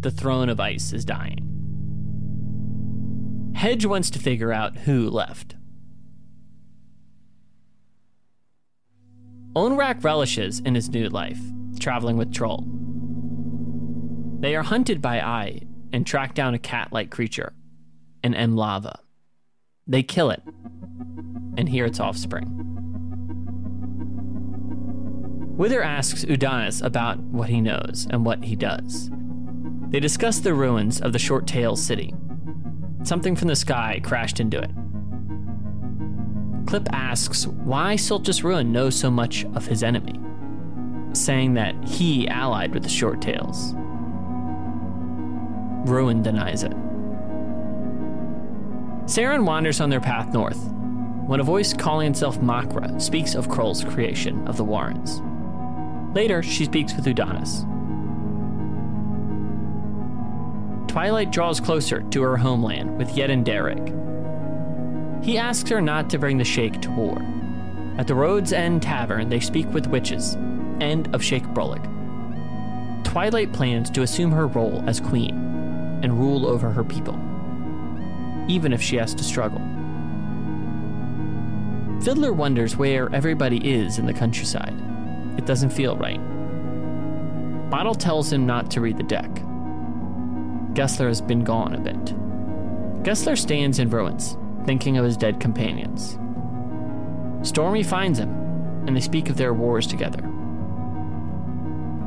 The throne of ice is dying. Hedge wants to figure out who left. Onrak relishes in his new life, traveling with Troll. They are hunted by Ai and track down a cat like creature, an M lava. They kill it and hear its offspring. Wither asks Udanis about what he knows and what he does. They discuss the ruins of the Short Tail City. Something from the sky crashed into it. Clip asks why Siltus Ruin knows so much of his enemy, saying that he allied with the Short Tails. Ruin denies it. Saren wanders on their path north when a voice calling itself Makra speaks of Kroll's creation of the Warrens. Later, she speaks with Udonis. Twilight draws closer to her homeland with Yedin Derek. He asks her not to bring the Sheikh to war. At the Road's End Tavern, they speak with witches, and of Sheikh Brolic. Twilight plans to assume her role as queen and rule over her people, even if she has to struggle. Fiddler wonders where everybody is in the countryside. It doesn't feel right. Bottle tells him not to read the deck. Gessler has been gone a bit. Gessler stands in ruins, thinking of his dead companions. Stormy finds him, and they speak of their wars together.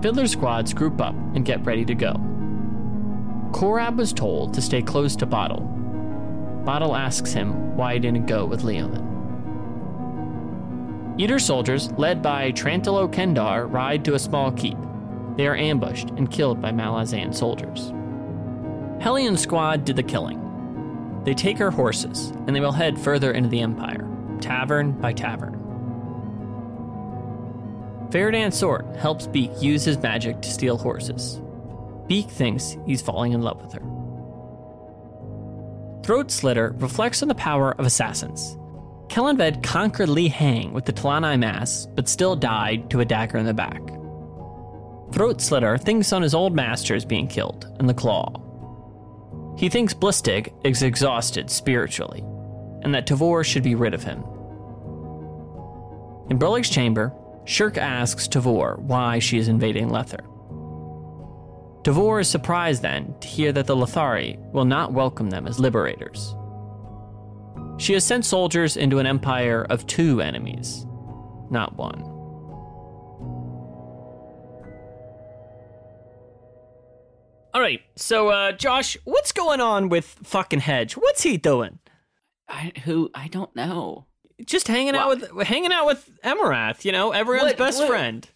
Fiddler squads group up and get ready to go. Korab was told to stay close to Bottle. Bottle asks him why he didn't go with Leoman. Eater soldiers, led by Trantilo Kendar, ride to a small keep. They are ambushed and killed by Malazan soldiers. Hellion squad did the killing. They take her horses, and they will head further into the Empire, tavern by tavern. Faradan Sort helps Beak use his magic to steal horses. Beak thinks he's falling in love with her. Throat Slitter reflects on the power of assassins. Kellenved conquered Li Hang with the Talani Mass, but still died to a dagger in the back. Throat Slitter thinks on his old masters being killed and the Claw, he thinks Blistig is exhausted spiritually, and that Tavor should be rid of him. In Burlick's chamber, Shirk asks Tavor why she is invading Lether. Tavor is surprised then to hear that the Lothari will not welcome them as liberators. She has sent soldiers into an empire of two enemies, not one. All right. So, uh, Josh, what's going on with fucking Hedge? What's he doing? I, who I don't know. Just hanging out with hanging out with Emirath, you know, everyone's What- best what- friend.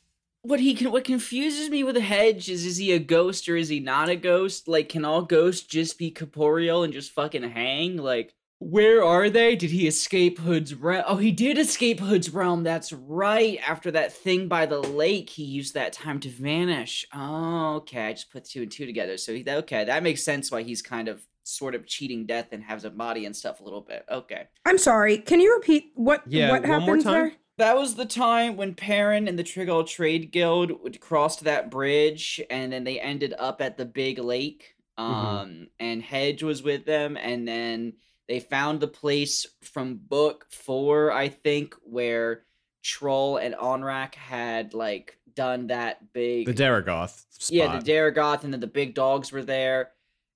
What he can, what confuses me with Hedge is is he a ghost or is he not a ghost? Like, can all ghosts just be corporeal and just fucking hang? Like, where are they? Did he escape Hood's realm? Oh, he did escape Hood's realm. That's right. After that thing by the lake, he used that time to vanish. Oh, okay. I just put two and two together. So he, okay, that makes sense why he's kind of sort of cheating death and has a body and stuff a little bit. Okay. I'm sorry. Can you repeat what Yeah, what one more happened time? there? That was the time when Perrin and the Trigal Trade Guild would crossed that bridge, and then they ended up at the big lake. Um, and Hedge was with them, and then they found the place from book four, I think, where Troll and Onrak had like done that big The Daragoth spot. yeah, the Daragoth, and then the big dogs were there.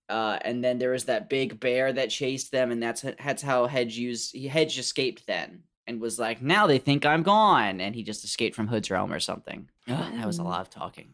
Uh, and then there was that big bear that chased them, and that's that's how Hedge used he Hedge escaped then and was like, now they think I'm gone, and he just escaped from Hood's realm or something. Ugh, that was a lot of talking.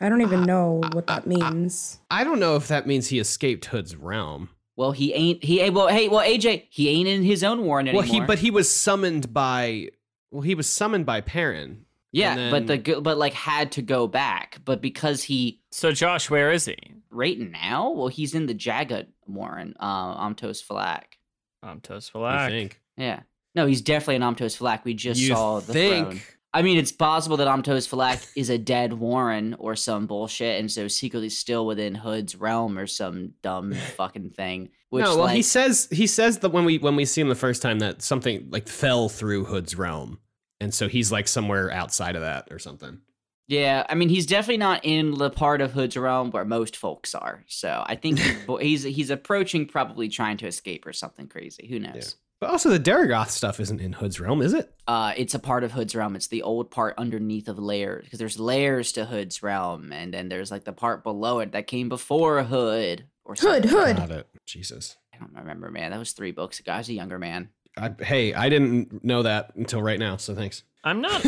I don't even know what that means. I don't know if that means he escaped Hood's realm. Well, he ain't he eh, well hey well AJ he ain't in his own warren anymore. Well, he but he was summoned by well, he was summoned by Perrin. yeah, and but the then- gu- but like had to go back, but because he So, Josh, where is he? right now well he's in the Jagged warren uh, Amtos Falak. Amtos I Falak. think Yeah, no, he's definitely an Amtos Falak. We just you saw the think throne. I mean, it's possible that Amtos Falak is a dead Warren or some bullshit, and so secretly still within Hood's realm or some <laughs> dumb fucking thing. Which, no, well, like, he says he says that when we when we see him the first time that something like fell through Hood's realm, and so he's like somewhere outside of that or something. yeah, I mean, he's definitely not in the part of Hood's realm where most folks are. So I think <laughs> he- bo- he's he's approaching probably trying to escape or something crazy. Who knows? But also the Daragoth stuff isn't in Hood's realm, is it? Uh, it's a part of Hood's realm. It's the old part underneath of layers because there's layers to Hood's realm, and then there's like the part below it that came before Hood or Hood, something. hood. Got it. Jesus. I don't remember, man. That was three books ago. I was a younger man. I, hey, I didn't know that until right now. So thanks. I'm <laughs> not.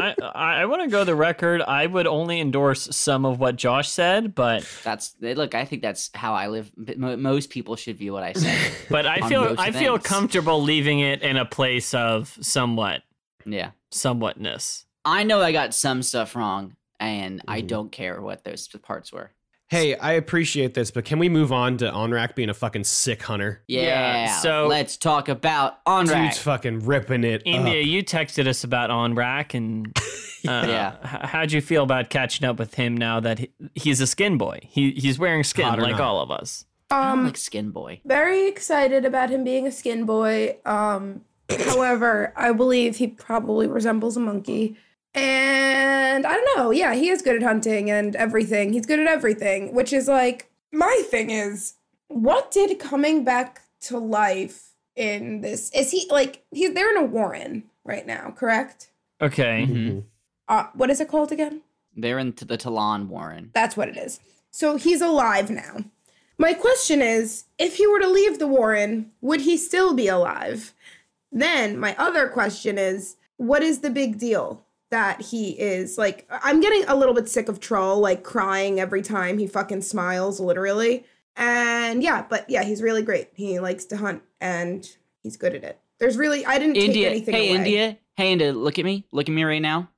I I want to go the record. I would only endorse some of what Josh said, but That's they- look. I think that's how I live. but mo- Most people should view what I say. but I On feel most I feel things. comfortable leaving it in a place of somewhat yeah, somewhatness. I know I got some stuff wrong, and I Mhm. don't care what those parts were. Hey, I appreciate this, but can we move on to Onrak being a fucking sick hunter? Yeah. so- let's talk about Onrak. Dude's fucking ripping it. India, Uh-huh. up. you texted us about Onrak, <laughs> and uh, Yeah. h- how'd you feel about catching up with him now that he, he's a skin boy? He he's wearing skin Hot or like not. all of us. I don't Um, like Skin Boy. very excited about him being a skin boy. Um, however, I believe he probably resembles a monkey. And I don't know. Yeah, he is good at hunting and everything. He's good at everything, which is like my thing is what did coming back to life in this is he like he's they're in a warren right now, correct? Okay, Mhm. Uh, what is it called again? They're into the Talon Warren. That's what it is. So he's alive now. My question is if he were to leave the Warren, would he still be alive? Then my other question is what is the big deal that he is like? I'm getting a little bit sick of Troll, like crying every time he fucking smiles, literally. And yeah, but yeah, he's really great. He likes to hunt and he's good at it. There's really, I didn't take India, anything hey away. India, hey India, look at me, look at me right now.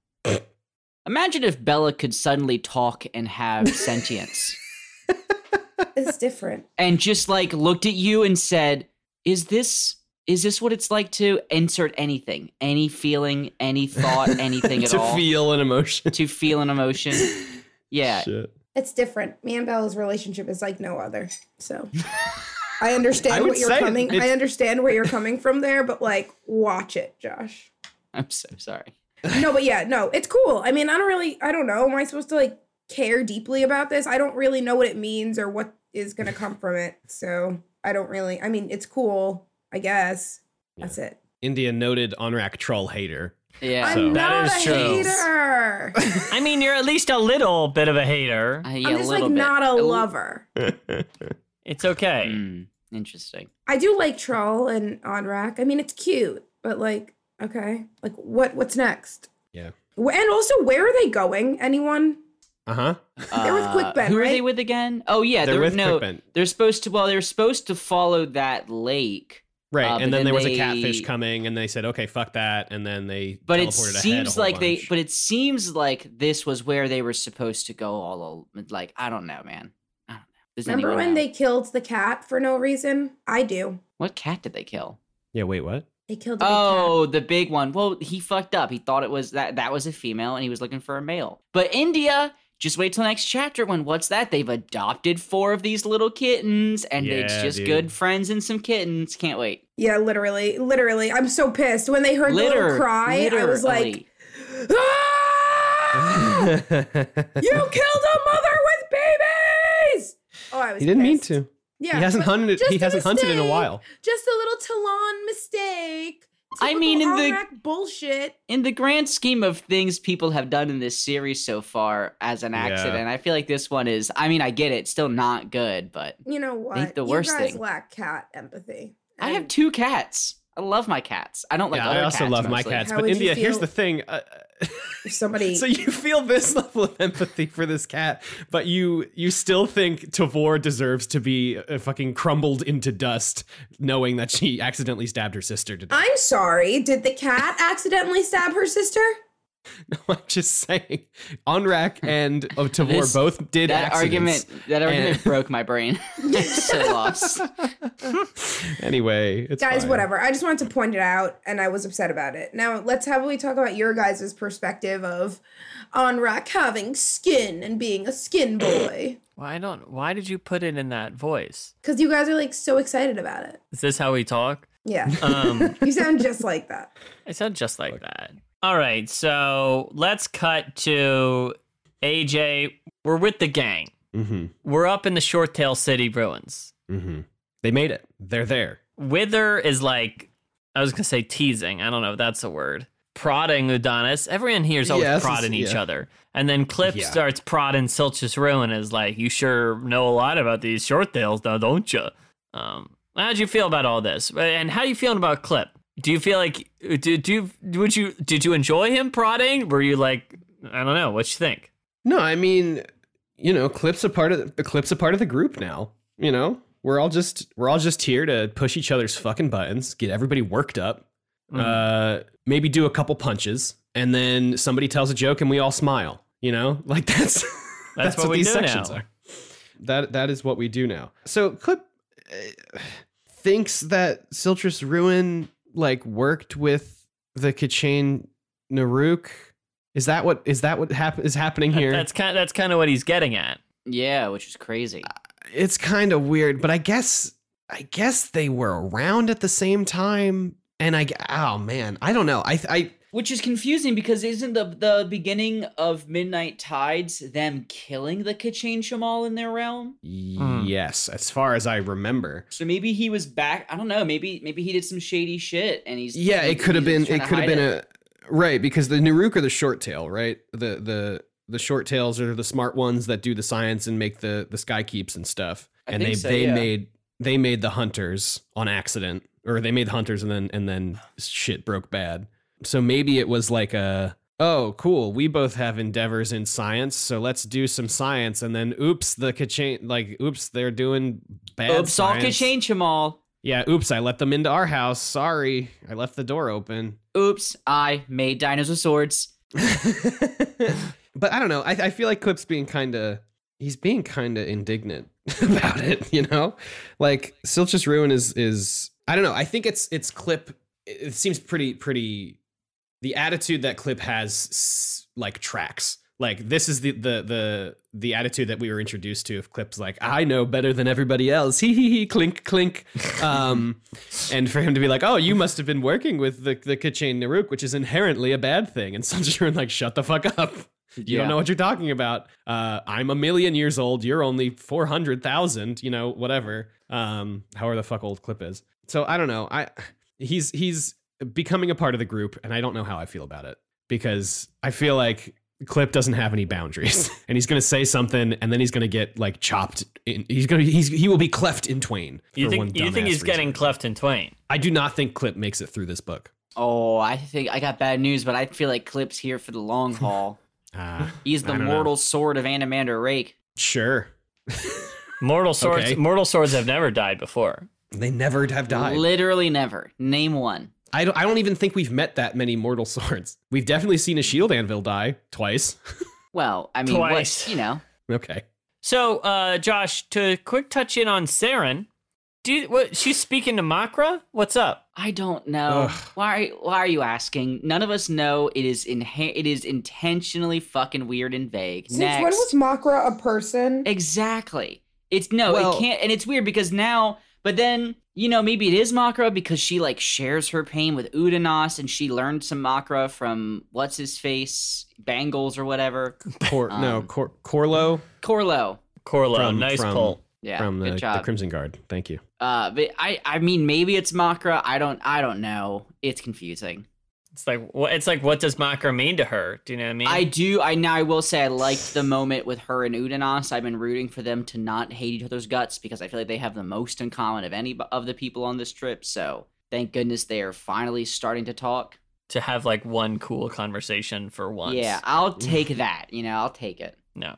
Imagine if Bella could suddenly talk and have sentience. It's different. and just like looked at you and said, "Is this is this what it's like to insert anything, any feeling, any <laughs> thought, anything at to all, feel an emotion. to feel an <laughs> emotion?" Yeah, Shit. It's different. Me and Bella's relationship is like no other. <laughs> So I understand I would what you're say coming. I it's- understand where you're coming from there, but like watch it, Josh. I'm so sorry. No, but yeah, no, it's cool. I mean, I don't really I don't know. Am I supposed to like care deeply about this? I don't really know what it means or what is gonna come from it. So I don't really I mean it's cool, I guess. That's it. India noted Onrak troll hater. Yeah, So- I'm not That is a true. hater. I mean you're at least a little bit of a hater. Uh, yeah, I'm a just like little bit. not a li- lover. It's okay. Mm, interesting. I do like Troll and Onrak. I mean, it's cute, but like, okay, like what? What's next? Yeah. Wh- And also, where are they going? Anyone? Uh huh. They're with Quick Ben, Who are they right? with again? Oh yeah, They're they're, with no. Quickbent. They're supposed to. Well, they're supposed to follow that lake. Right. Uh, but and then, then there was a they- catfish coming, and they said, okay, fuck that. And then they But teleported it ahead a seems whole like they. bunch. But it seems like this was where they were supposed to go all. al- Like I don't know, man. I don't know. Does Remember anyone when know? they killed the cat for no reason? I do. What cat did they kill? yeah, <laughs> wait, what? They killed the big cat. Oh, the big one. Well, he fucked up. He thought it was that that was a female, and he was looking for a male. But India, just wait till next chapter. When what's that? They've adopted four of these little kittens, and it's Yeah, just dude. good friends and some kittens. Can't wait. Yeah, literally, literally. I'm so pissed when they heard the Litter, little cry. I was like, literally. "Ah! <gasps> you killed a mother with babies!" Oh, I was. He didn't mean pissed. to. Yeah, he hasn't but hunted. just He a hasn't hunted in a mistake. while. Just a little Talon mistake. I mean, Typical in the- Arrak bullshit. in the grand scheme of things people have done in this series so far as an Yeah. accident, I feel like this one is. I mean, I get it, still not good, but You know what? Ain't the worst you guys thing. lack cat empathy. I have And two cats. I love my cats. I don't like. yeah, other I also cats love my mostly. cats. How But would you India, here's feel- the thing. Uh, if somebody. so you feel this <laughs> level of empathy for this cat, but you you still think Tavor deserves to be uh, fucking crumbled into dust, knowing that she accidentally stabbed her sister to death. <laughs> I'm sorry. Did the cat accidentally stab her sister? I'm just saying, Onrak and of Tavor This- both did That accidents. argument, that argument And- <laughs> broke my brain. <laughs> I'm so lost. Anyway, it's Guys, fine. whatever. I just wanted to point it out, and I was upset about it. Now let's have we talk about your guys' perspective of Onrak having skin and being <clears throat> a skin boy. Why don't? Why did you put it in that voice? Because you guys are like so excited about it. Is this how we talk? Yeah. Um, <laughs> you sound just like that. I sound just like that. All right, so let's cut to AJ. We're with the gang. Mm-hmm. We're up in the Short Tail City ruins. Mm-hmm. They made it. They're there. Wither is like, I was gonna say teasing. I don't know if that's a word. Prodding Udonis. Everyone here is always Yes, prodding each yeah. other. And then Clip Yeah. starts prodding Silch's ruin. Is like, you sure know a lot about these short tails, now, don't you? Um, how'd you feel about all this? And how you feeling about Clip? Do you feel like do do you, would you did you enjoy him prodding? Were you like, I don't know, what you think? No, I mean, you know, Clip's a part of the Clip's a part of the group now. You know, we're all just we're all just here to push each other's fucking buttons, get everybody worked up, Mm-hmm. uh, maybe do a couple punches, and then somebody tells a joke and we all smile. You know, <laughs> like <laughs> that's That's what we these do sections now. are. That that is what we do now. So Clip uh, thinks that Siltrus Ruin like worked with the Kachane Naruk. Is that what is that what hap- <laughs> is happening here? That's kind that's kind of what he's getting at. Yeah, which is crazy. it's kind of weird, but I guess I guess they were around at the same time. And I g- oh man, I don't know. I I Which is confusing because isn't the the beginning of Midnight Tides them killing the Kachin Shamal in their realm? yes, as far as I remember. So maybe he was back. I don't know. Maybe maybe he did some shady shit and he's Yeah, it he's could have been trying it to could have hide been it. a right because the Naruk are the short tail, right? The the the short tails are the smart ones that do the science and make the the sky keeps and stuff. I and think they so, they yeah. made they made the hunters on accident or they made the hunters and then and then shit broke bad. So maybe it was like a oh cool we both have endeavors in science so let's do some science and then oops the kachin like oops they're doing bad Oops, all science. Kachin Shamal. yeah oops i let them into our house sorry i left the door open Oops, I made dinosaur swords. but I don't know. I, I feel like Clip's being kind of he's being kind of indignant <laughs> about it. You know, like Silch's ruin is is I don't know. I think it's it's Clip. It it seems pretty pretty. The attitude that Clip has s- like tracks. Like this is the the the the attitude that we were introduced to. If Clip's like, I know better than everybody else. <laughs> Hee hee hee. Clink clink. Um, and for him to be like, oh, you must have been working with the the Kachin Naruk, which is inherently a bad thing. And <laughs> Sunshine like, shut the fuck up. You Yeah. don't know what you're talking about. Uh, I'm a million years old. You're only four hundred thousand. You know, whatever. Um, however the fuck old Clip is. So I don't know. I he's he's becoming a part of the group, and I don't know how I feel about it because I feel like Clip doesn't have any boundaries, <laughs> and he's gonna say something, and then he's gonna get like chopped. In, he's gonna he's he will be cleft in twain. You for one think you dumbass think he's getting reason. cleft in twain? I do not think Clip makes it through this book. <laughs> Oh, I think I got bad news, but I feel like Clip's here for the long haul. Ah, He's the I don't know. mortal sword of Animander Rake. sure. Mortal swords. Okay. Mortal swords have never died before. They never have died. Literally never. Name one. I don't, I don't even think we've met that many mortal <laughs> swords. We've definitely seen a shield anvil die twice. <laughs> Well, I mean, what, Twice. you know, okay. So, uh, Josh, to quick touch in on Saren, do you- what? She's speaking to Makra. What's up? I don't know. Ugh. Why? Why are you asking? None of us know. It is inha- It is intentionally fucking weird and vague. Since Next. when was Makra a person? Exactly. It's no, Well- it can't, and it's weird because now, but then you know maybe it is Makra because she like shares her pain with Udanos, and she learned some Makra from what's his face Bangles or whatever Cor- no, Um, Cor- Corlo Corlo. Corlo, From- nice from- pull. Yeah, from the, good the job. Crimson Guard. Thank you. uh, but I I mean maybe it's Makra. I don't I don't know. It's confusing. It's like what? It's like what does Makra mean to her? Do you know what I mean? I do. I now. I will say I liked the moment with her and Udanos. I've been rooting for them to not hate each other's guts because I feel like they have the most in common of any of the people on this trip. So thank goodness they are finally starting to talk. to have like one cool conversation for once. Yeah, I'll take that. You know, I'll take it. No.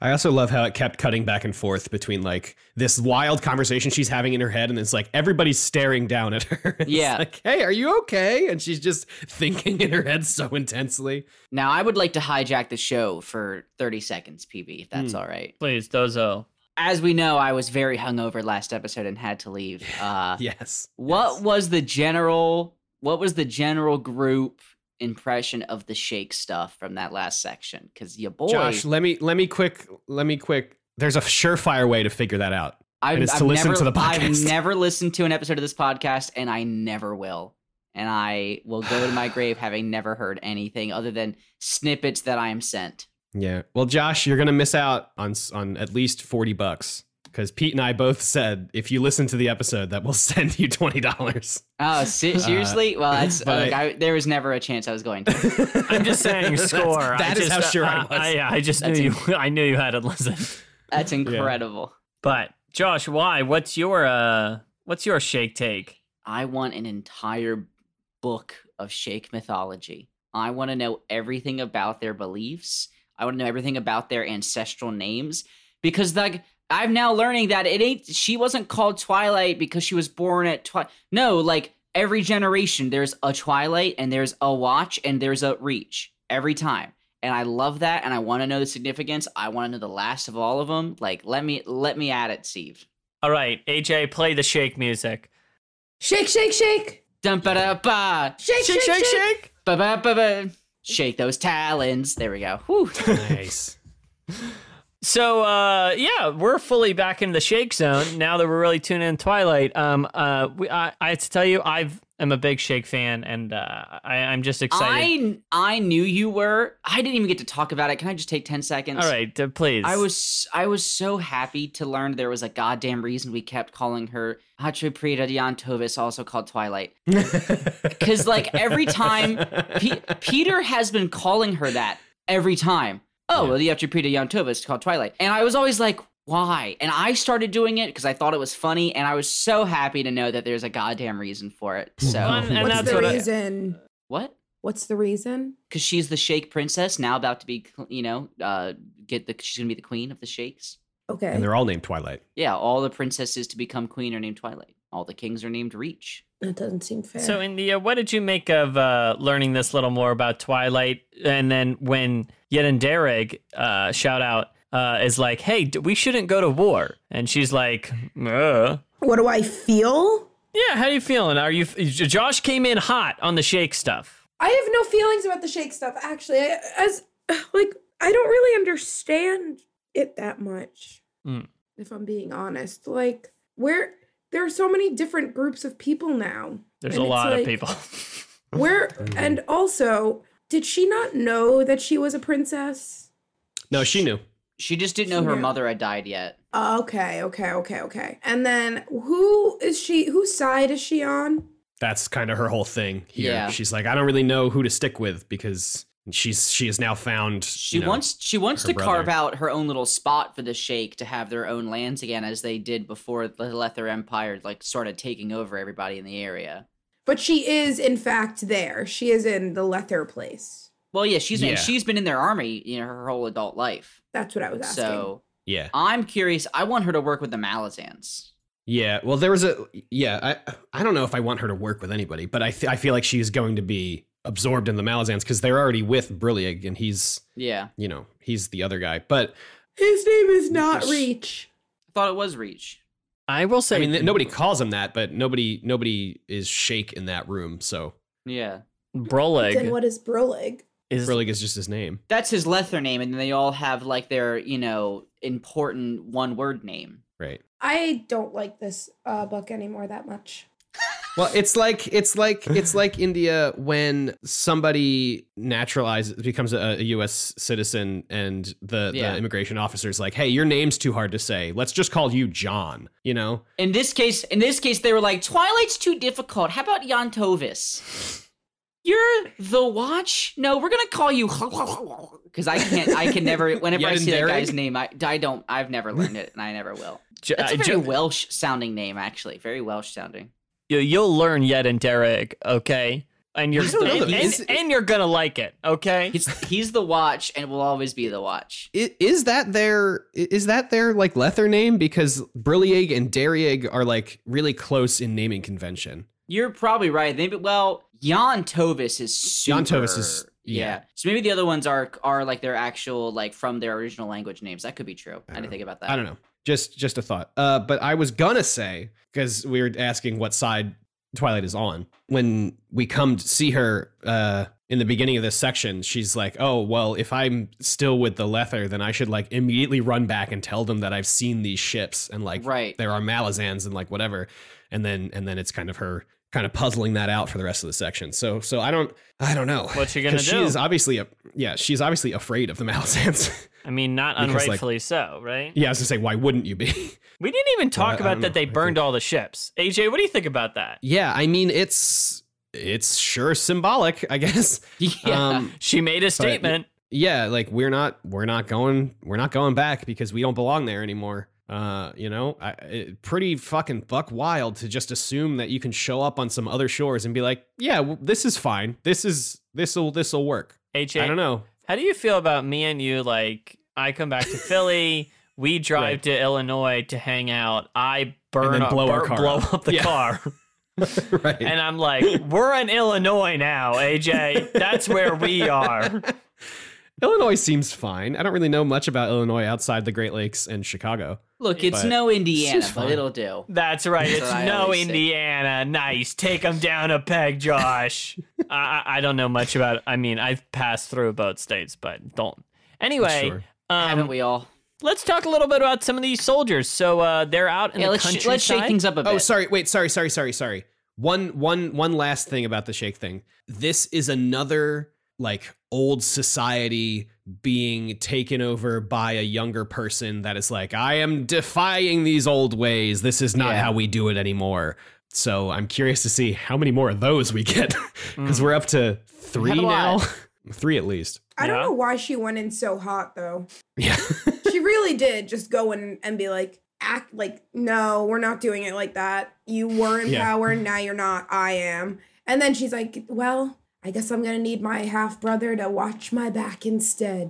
I also love how it kept cutting back and forth between like this wild conversation she's having in her head, and it's like everybody's staring down at <laughs> her. It's Yeah. Like, hey, are you okay? And she's just thinking in her head so intensely. Now I would like to hijack the show for thirty seconds, PB, if that's all right. Please, Dozo. As we know, I was very hungover last episode and had to leave. Uh, Yes. What was the general? What was the general group impression of the shake stuff from that last section? Because your boy, Josh, let me let me quick let me quick. There's a surefire way to figure that out. I've, and it's to listen never, to the I've podcast. never listened to an episode of this podcast, and I never will. And I will go to <sighs> my grave having never heard anything other than snippets that I am sent. Yeah. Well, Josh, you're gonna miss out on s- on at least forty bucks because Pete and I both said if you listen to the episode, that we'll <laughs> send you twenty dollars. Oh, <laughs> se- seriously? well, that's Uh, but like, I, there was never a chance I was going to. I'm just <laughs> saying score. I that is just- how sure I was. I, I just That's knew you. <laughs> I knew you had to listen. <laughs> That's incredible. But Josh, why? What's your uh? What's your shake take? I want an entire book of Sheikh mythology. I want to know everything about their beliefs. I want to know everything about their ancestral names because like I'm now learning that it ain't she wasn't called Twilight because she was born at Twilight. No, like every generation there's a Twilight and there's a Watch and there's a Reach every time. And I love that and I want to know the significance. I want to know the last of all of them. Like let me let me at it, Steve. All right, AJ, play the shake music. Shake, shake, shake. Dum ba da ba. Shake, shake, shake. shake. Ba ba ba ba. Shake those talons. There we go. <laughs> Whew. <laughs> nice. So uh, yeah, we're fully back in the shake zone now that we're really tuning in Twilight. Um, uh, we, I, I have to tell you, I've am a big shake fan, and uh, I, I'm just excited. I I knew you were. I didn't even get to talk about it. Can I just take ten seconds? All right, uh, please. I was I was so happy to learn there was a goddamn reason we kept calling her Hatre Prieta Dion Tovis, also called Twilight. Because like every time <laughs> <laughs> Pe- Peter has been calling her that every time. Oh, Yeah. well, you have to repeat it, Young Tova. It's called Twilight. And I was always like, why? And I started doing it because I thought it was funny, and I was so happy to know that there's a goddamn reason for it. <laughs> So Well, and What's that's the what I- reason? what? What's the reason? Because she's the Shake Princess now, about to be, you know, uh, get the she's gonna be the queen of the Shakes. Okay. and they're all named Twilight. Yeah, all the princesses to become queen are named Twilight. All the kings are named Reach. That doesn't seem fair. So, India, what did you make of uh, learning this little more about Twilight? And then when Yedin Dereg, uh, shout out, uh, is like, hey, d- we shouldn't go to war. And she's like, uh. what do I feel? yeah, how you feeling? Are you? f- Josh came in hot on the shake stuff. I have no feelings about the shake stuff. Actually, I, as <sighs> like I don't really understand it that much. Mm. If I'm being honest, like where there are so many different groups of people now. There's And a it's lot of like- people. Where Mm. and also, did she not know that she was a princess? No, she knew. She just didn't know She her knew. mother had died yet. Okay, okay, okay, okay. And then who is she? Whose side is she on? That's kind of her whole thing here. Yeah. She's like, I don't really know who to stick with because she's she is now found. She you know, wants she wants her to carve brother. out her own little spot for the Sheikh to have their own lands again, as they did before they let their empire like started taking over everybody in the area. But she is in fact there. She is in the Lether place. Well, yeah, she's Yeah. and she's been in their army you know, her whole adult life. That's what I was asking. So Yeah. I'm curious. I want her to work with the Malazans. Yeah. Well, there was a yeah. I I don't know if I want her to work with anybody, but I th- I feel like she's going to be absorbed in the Malazans because they're already with Brillig, and he's Yeah, you know he's the other guy. But His name is not Yes. Reach. I thought it was Reach. <laughs> I will say, I mean, th- nobody calls him that, but nobody nobody is Shake in that room. So Yeah, <laughs> Then Broleg what is Brolig? is Brillig is just his name. that's his Lether name, and then they all have like their you know important one word name. Right. I don't like this uh, book anymore that much. Well, it's like it's <laughs> like it's like India when somebody naturalizes becomes a, a U.S. citizen, and the, Yeah. the immigration officer's like, "Hey, your name's too hard to say. Let's just call you John." You know? In this case, in this case, they were like, "Twilight's too difficult. How about Jan Tovis? You're the Watch. No, we're gonna call you <laughs> because I can't. I can never. Whenever I see that Yandere? guy's name, I, I don't. I've never learned it, and I never will. J- That's uh, a J- very Welsh sounding name, actually. Very Welsh sounding. you, you'll learn yet in Derek, okay? And you're I don't know and, that and, he's- and you're gonna like it, okay? He's he's the Watch, and will always be the Watch. I- Is that their i- is that their like Lether name? Because Brillig and Dariag are like really close in naming convention. You're probably right. Maybe well, Jan Tovis is super. Jan Tovis is- yeah. So maybe the other ones are are like their actual like from their original language names. That could be true. I, didn't think about that. I don't know. Just just a thought. Uh, but I was gonna say because we were asking what side Twilight is on when we come to see her uh, in the beginning of this section. She's like, "Oh well, if I'm still with the Lether, then I should like immediately run back and tell them that I've seen these ships and like Right. there are Malazans and like whatever." And then and then it's kind of her kind of puzzling that out for the rest of the section. So so I don't I don't know. What you gonna <laughs> 'Cause do? She's obviously a yeah. She's obviously afraid of the Malazans. <laughs> I mean, not Because, like- unrightfully so, right? yeah, I was gonna say, why wouldn't you be? We didn't even Well, I- talk I about don't that know. they I burned all the ships. AJ, what do you think about that? Yeah, I mean it's it's sure symbolic, I <laughs> guess. <laughs> Yeah. Um She made a statement. yeah, like we're not we're not going we're not going back because we don't belong there anymore. Uh, you know, I, it, pretty fucking buck wild to just assume that you can show up on some other shores and be like, yeah, w this is fine. This is this will this will work. AJ, I don't <laughs> know. <laughs> How do you feel about me and you? Like, I come back to Philly, we drive Right. to Illinois to hang out. I burn then up, blow our bur- car blow up. up the Yeah. <laughs> car, right. and I'm like, we're in Illinois now, AJ. That's where we are. Illinois seems fine. I don't really know much about Illinois outside the Great Lakes and Chicago. Look, it's But- no Indiana, She's but fine. it'll do. That's right. That's It's what I no always say. Indiana. Nice. Take them down a peg, Josh. I, I I don't know much about. I mean, I've passed through both states, but don't. Anyway, Sure. Haven't um, we all? let's talk a little bit about some of these soldiers. So uh, they're out in Yeah, the let's sh- countryside. let's shake things up a bit. Oh, sorry. Wait, sorry, sorry, sorry, sorry. One, one, one last thing about the shake thing. This is another like old society being taken over by a younger person that is like, I am defying these old ways. This is not Yeah. how we do it anymore. So I'm curious to see how many more of those we get <laughs> because we're up to three Mm. Had a now, lot. <laughs> three at least. I don't Yeah. know why she went in so hot though. <laughs> Yeah, she really did just go in and be like, act like, no, we're not doing it like that. You were in Yeah. power, now you're not. I am. And then she's like, well, I guess I'm gonna need my half brother to watch my back instead.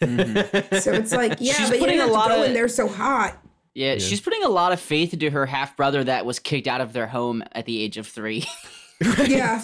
Mm-hmm. <laughs> so it's like, yeah, She's but you putting didn't a have lot to go of- in there so hot. Yeah, she's putting a lot of faith into her half brother that was kicked out of their home at the age of three. <laughs> Yeah.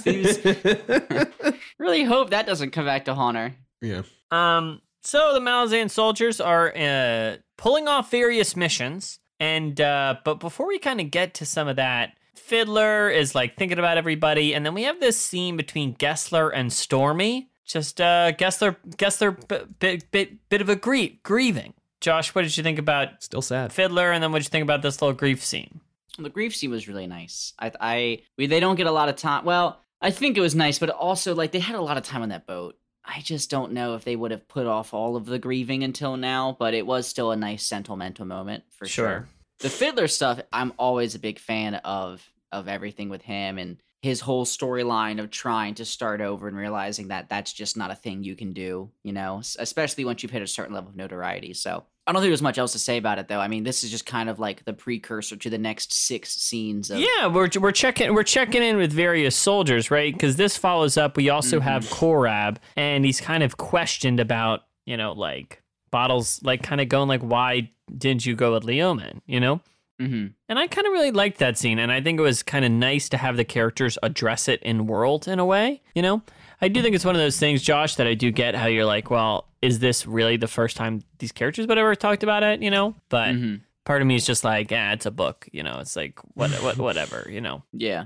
really hope that doesn't come back to haunt her. <laughs> yeah. Um, so the Malazan soldiers are uh, pulling off various missions, and uh, but before we kind of get to some of that, Fiddler is like thinking about everybody, and then we have this scene between Gessler and Stormy. Just uh, Gessler, Gessler, bit bit bit, bit of a grief, grieving. Josh, what did you think about Still sad. Fiddler, and then what did you think about this little grief scene? The grief scene was really nice. I, I, we, they don't get a lot of time. Well, I think it was nice, but also like they had a lot of time on that boat. I just don't know if they would have put off all of the grieving until now, but it was still a nice sentimental moment for sure. The fiddler stuff, I'm always a big fan of of everything with him and his whole storyline of trying to start over and realizing that that's just not a thing you can do, you know, s- especially once you've hit a certain level of notoriety. So I don't think there's much else to say about it, though. I mean, this is just kind of like the precursor to the next six scenes of Yeah, we're we're checking we're checking in with various soldiers, right? Because this follows up. We also have Korab, and he's kind of questioned about you know like bottles, like kind of going like, why didn't you go with Leoman? You know. Mhm. And I kind of really liked that scene, and I think it was kind of nice to have the characters address it in world in a way. You know, I do think it's one of those things, Josh, that I do get how you're like, well, is this really the first time these characters would ever talked about it? You know, but Mhm. part of me is just like, ah, it's a book. You know, it's like what, what, whatever. You know, yeah.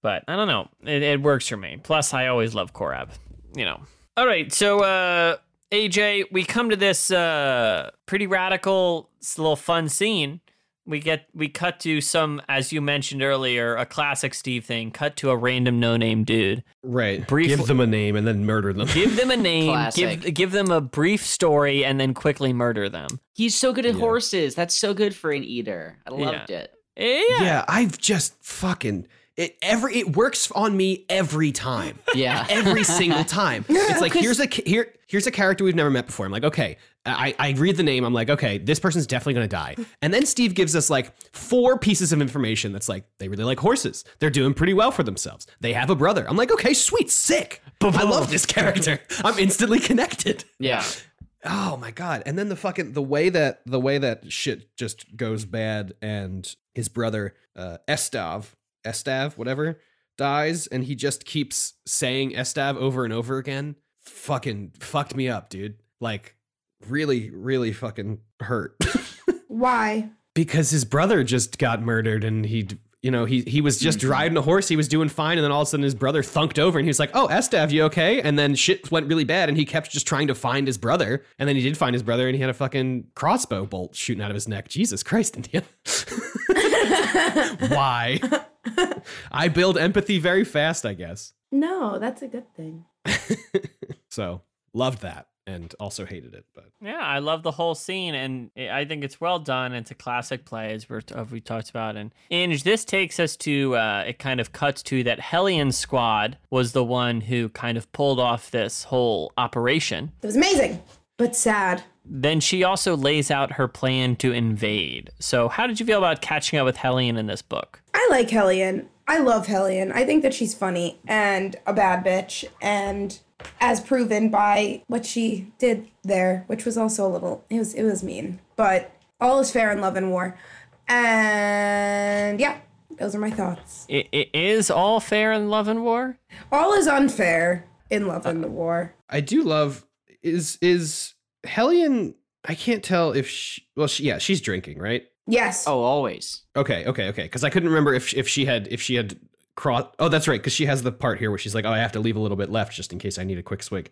but I don't know. It, it works for me. Plus, I always love Korab. You know. All right, so uh, AJ, we come to this uh, pretty radical, s- little fun scene. We get we cut to some, as you mentioned earlier, a classic Steve thing. Cut to a random no name dude. Right. Briefly- Give them a name and then murder them. Give them a name. give Classic. give them a brief story, and then quickly murder them. He's so good at Yeah. horses. That's so good for an eater. I loved it. Yeah. yeah, I've just fucking it every it works on me every time. <laughs> Yeah. every single time. It's like here's a ca- here here's a character we've never met before. I'm like, okay, I, I read the name. I'm like, okay, this person's definitely gonna die. And then Steve gives us like four pieces of information that's like they really like horses. They're doing pretty well for themselves. They have a brother. I'm like, okay, sweet, sick. I love Oh. this character. I'm instantly connected. <laughs> yeah. Oh my god! And then the fucking the way that the way that shit just goes bad, and his brother uh, Estav, Estav, whatever, dies, and he just keeps saying Estav over and over again. Fucking fucked me up, dude. Like, really, really fucking hurt <laughs> Why? <laughs> because his brother just got murdered, and he. d- You know, he he was just riding a horse. He was doing fine, and then all of a sudden, his brother thunked over, and he was like, "Oh, Estav, you okay?" And then shit went really bad, and he kept just trying to find his brother. And then he did find his brother, and he had a fucking crossbow bolt shooting out of his neck. Jesus Christ, India! <laughs> Why? I build empathy very fast, I guess. No, that's a good thing. So loved that, and also hated it. But Yeah, I love the whole scene, and i- I think it's well done. It's a classic play, as we're, uh, we talked about. And Inge, this takes us to uh, it kind of cuts to that Hellion Squad was the one who kind of pulled off this whole operation. It was amazing, but sad. Then she also lays out her plan to invade. So, how did you feel about catching up with Hellion in this book? I like Hellion. I love Hellion. I think that she's funny and a bad bitch, and as proven by what she did there, which was also a little it was it was mean. But all is fair in love and war. And yeah, those are my thoughts. It, it is all fair in love and war. All is unfair in love and the war. I do love is is Hellion. I can't tell if she. Well, she, yeah, she's drinking, right? Yes. Oh, always. Okay, okay, okay. Because I couldn't remember if if she had if she had cross. Oh, that's right. Because she has the part here where she's like, "Oh, I have to leave a little bit left just in case I need a quick swig."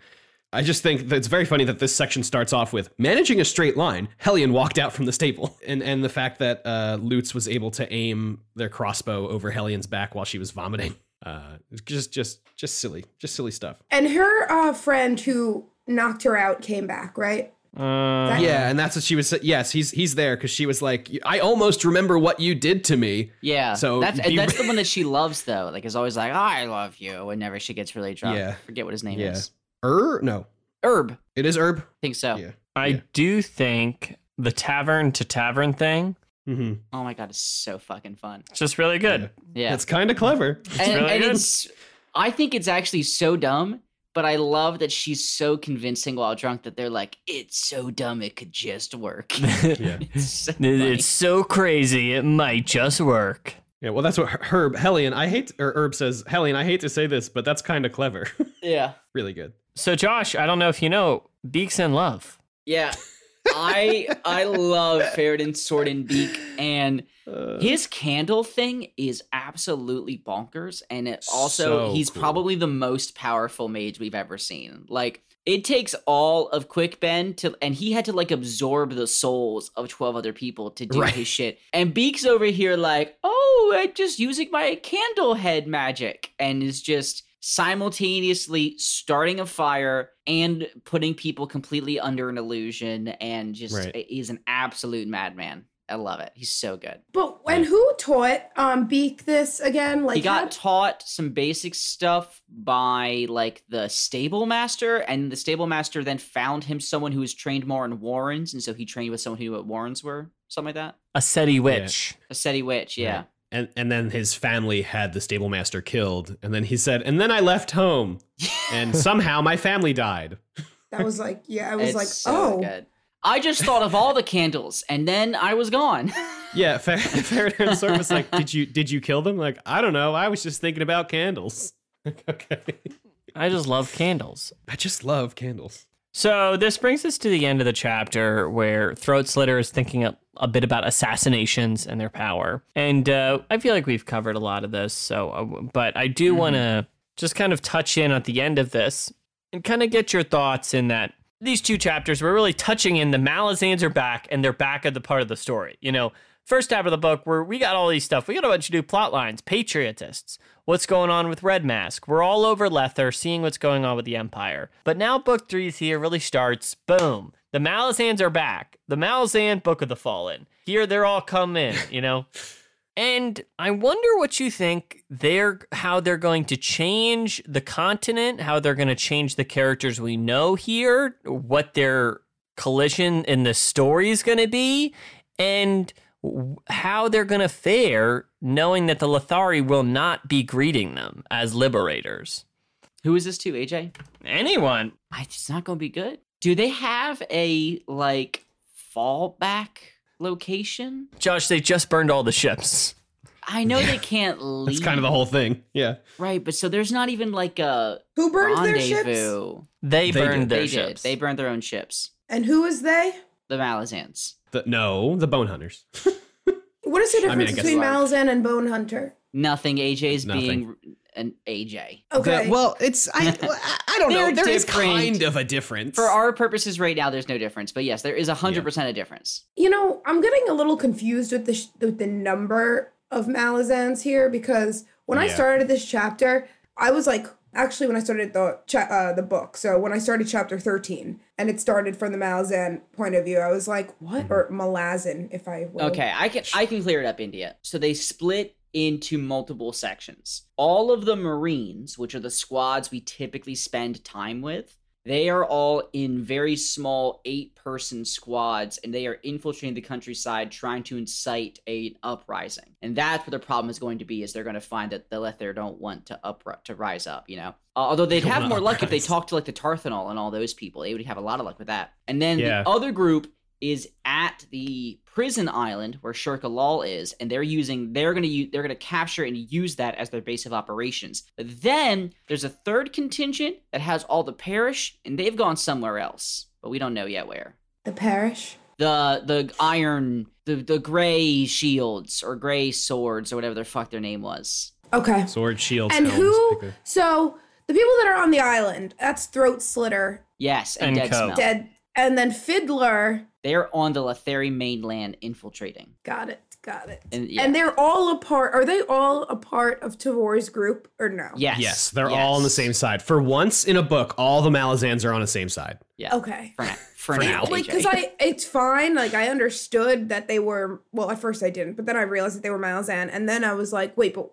I just think that it's very funny that this section starts off with managing a straight line. Hellion walked out from the stable, <laughs> and and the fact that uh, Lutz was able to aim their crossbow over Hellion's back while she was vomiting. Uh, it's just just just silly, just silly stuff. And her uh, friend who knocked her out came back, right? Uh, Yeah, and that's what she was. Yes, he's he's there because she was like, "I almost remember what you did to me." Yeah. So that's be- that's the one that she loves though. Like is always like, I love you whenever she gets really drunk. Yeah. Forget what his name Yeah. is. Er, no, Herb. I it is Herb. think so. Yeah. I do think the tavern to tavern thing Mm-hmm. Oh my god, it's so fucking fun. it's just really good. Yeah. Yeah. That's kind of clever. and, really and good. it's I think it's actually so dumb, but I love that she's so convincing while drunk that they're like, it's so dumb it could just work. <laughs> Yeah. <laughs> It's so It- funny. It's so crazy, it might just work. Yeah. Well, that's what Her- Herb Hellion. I hate or Herb says Hellion. I hate to say this, but that's kind of clever. <laughs> yeah. really good. So, Josh, I don't know if you know, Beak's in love. Yeah. I I love Faradin Sword and Beak and Uh, his candle thing is absolutely bonkers and it also So he's cool. probably the most powerful mage we've ever seen. Like it takes all of Quick Ben to and he had to like absorb the souls of 12 other people to do Right. his shit. And Beak's over here like, "Oh, I'm just using my candle head magic." And is just simultaneously starting a fire and putting people completely under an illusion and just Right. he's an absolute madman. I love it. He's so good. But when who taught um Beak this again? Like he got how- taught some basic stuff by like the stable master, and the stable master then found him someone who was trained more in Warrens, and so he trained with someone who knew what Warrens were, something like that. A SETI witch. A SETI witch, yeah. Right. And and then his family had the stable master killed, and then he said, and then I left <laughs> home, and somehow my family died. that was like yeah, I was It's like so oh good. I just thought of all the candles, and then I was gone. <laughs> Yeah, <laughs> Fer- Faraday and Sor was like, did you did you kill them? Like, I don't know. I was just thinking about candles. <laughs> okay, I just love candles. I just love candles. So this brings us to the end of the chapter where Throat Slitter is thinking a, a bit about assassinations and their power. And uh, I feel like we've covered a lot of this. So, uh, but I do want to just kind of touch in at the end of this and kind of get your thoughts in that these two chapters we're really touching in the Malazans are back and they're back at the part of the story. You know, first half of the book where we got all these stuff. We got a bunch of new plot lines, patriotists. What's going on with Red Mask? We're all over Lether, seeing what's going on with the Empire. But now book three's here really starts. Boom. The Malazans are back. The Malazan Book of the Fallen. Here they're all come in, you know? And I wonder what you think they're how they're going to change the continent, how they're going to change the characters we know here, what their collision in the story is going to be, and w- how they're going to fare knowing that the Lothari will not be greeting them as liberators. who is this to, AJ? Anyone? I, it's not going to be good. Do they have a like fallback location? Josh, they just burned all the ships. I know <laughs> they can't leave. That's kind of the whole thing. Yeah, right, but so there's not even like a who burned their ships rendezvous. They, They burned did. their they ships. did. They burned their own ships. and who is they? The Malazans. the, no, the bone hunters. What is the mean, I difference guess between large. Malazan and Bone Hunter? Nothing. AJ's Nothing. being an AJ. Okay, The- well, it's <laughs> I I- I don't know. They're There is different. kind of a difference. For our purposes right now, there's no difference. But yes, there is 100% a difference. you know I'm getting a little confused with the sh- with the number of Malazans here because when I Yeah. started this chapter, I was like actually when I started the cha- uh, the book. So when I started chapter thirteen and it started from the Malazan point of view, I was like what Mm-hmm. or Malazan if I will. Okay, I can I can clear it up, India. So they split into multiple sections. All of the Marines, which are the squads we typically spend time with, they are all in very small eight-person squads, and they are infiltrating the countryside, trying to incite an uprising. And that's what the problem is going to be: is they're going to find that the Lether don't want to up to rise up. You know, uh, although they'd Don't have wanna more luck if they uprise. talked to like the Tarthanol and all those people. They would have a lot of luck with that. And then Yeah. the other group is at the prison island where Shirkalal is, and they're using they're gonna use they're gonna capture and use that as their base of operations. But then there's a third contingent that has all the parish, and they've gone somewhere else, but we don't know yet where. the parish. The the iron the the gray shields or gray swords or whatever the fuck their name was. Okay, sword shields and helms, who? pick a- So the people that are on the island, that's Throat Slitter, Yes, and, And Dead Co. Smell. dead, and then Fiddler. They're on the Letheri mainland infiltrating. Got it. Got it. And- yeah. And they're all a part. Are they all a part of Tavor's group or no? Yes. Yes, they're all on the yes. same side. For once in a book, all the Malazans are on the same side. Yeah. Okay. <laughs> For now. For, For now. now. Like, AJ. cause I, it's fine. Like, I understood that they were. Well, at first I didn't, but then I realized that they were Malazan, and then I was like, wait, but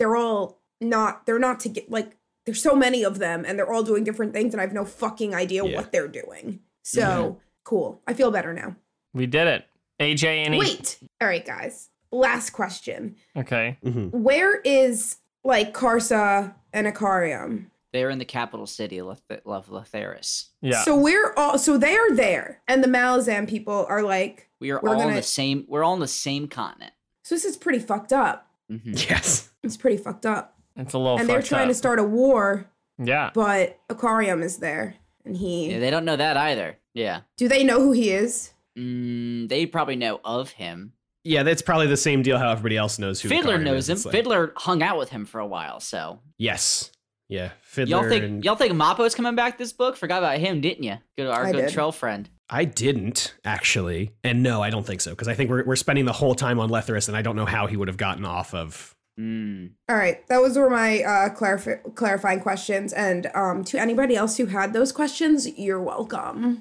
they're all not. They're not to get like. There's so many of them, and they're all doing different things, and I have no fucking idea Yeah. what they're doing. So cool. I feel better now. we did it. AJ and E. Wait. All right, guys. Last question. Okay. Mm-hmm. Where is like Karsa and Ikarium? They're in the capital city, Leth- of Latheris. Yeah. So we're all so they are there, and the Malazan people are like, We are We're all on gonna- the same. We're all on the same continent. so this is pretty fucked up. Mhm. Yes. It's pretty fucked up, it's a little and they're fucked trying up. to start a war, Yeah. but Aquarium is there, and he. Yeah, they don't know that either. Yeah, do they know who he is? mm, they probably know of him. Yeah, that's probably the same deal. How everybody else knows who Fiddler Ikarium knows is. him. It's like- Fiddler hung out with him for a while. So Yes. Yeah. Fiddler. y'all think and- y'all think Mappo's coming back this book? Forgot about him, didn't you? Good, our I good did. troll friend. I didn't actually, and no, I don't think so because I think we're we're spending the whole time on Letharus, and I don't know how he would have gotten off of. Mm. <laughs> All right, those were my uh, clarif- clarifying questions, and um, to anybody else who had those questions, <laughs> you're welcome.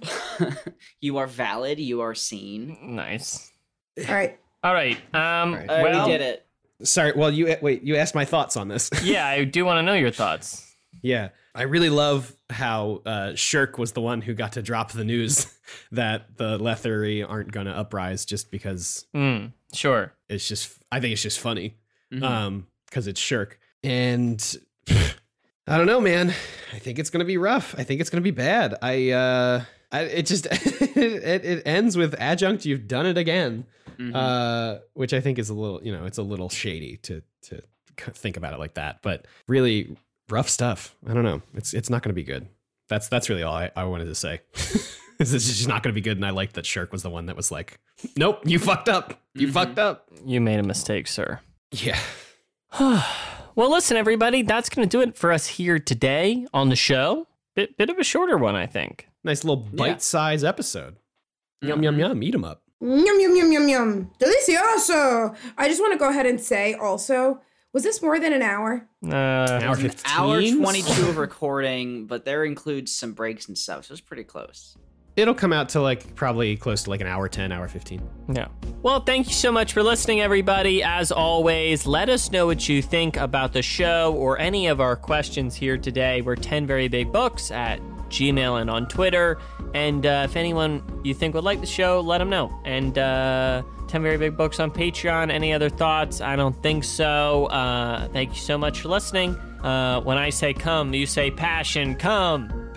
you are valid. You are seen. Nice. All right. All right. Um, right. I already well, did it. Sorry. Well, you wait. You asked my thoughts on this. yeah, I do want to know your thoughts. yeah, I really love how uh, Shirk was the one who got to drop the news <laughs> that the Lethery aren't going to uprise, just because Mm, sure. it's just. I think it's just funny, Mhm. um, because it's Shirk, and <sighs> I don't know, man. I think it's going to be rough. I think it's going to be bad. I. uh I, it just <laughs> it, it ends with adjunct you've done it again Mhm. uh, which I think is a little, you know, it's a little shady to to k- think about it like that. But really rough stuff. I don't know. It's it's not going to be good. That's that's really all I, I wanted to say. <laughs> this is just not going to be good. And I liked that Shirk was the one that was like, "Nope, you fucked up. You Mhm. fucked up." You made a mistake, sir. Yeah. <sighs> well, listen, everybody, that's going to do it for us here today on the show. Bit, bit of a shorter one, I think. Nice little bite size episode. Yum yum yum. Eat 'em up. Yum yum yum yum yum. Delicioso. I just want to go ahead and say also, was this more than an hour? Uh, Hour It's an 15? hour 22 of recording, but there includes some breaks and stuff, so it's pretty close. It'll come out to like probably close to like an hour ten, hour fifteen. Yeah. Well, thank you so much for listening, everybody. As always, let us know what you think about the show or any of our questions here today. We're 10 Very Big Books at Gmail and on Twitter. And uh, if anyone you think would like the show, let them know. And uh, 10 Very Big Books on Patreon. Any other thoughts? I don't think so. Uh, thank you so much for listening. Uh, when I say come, you say passion. Come.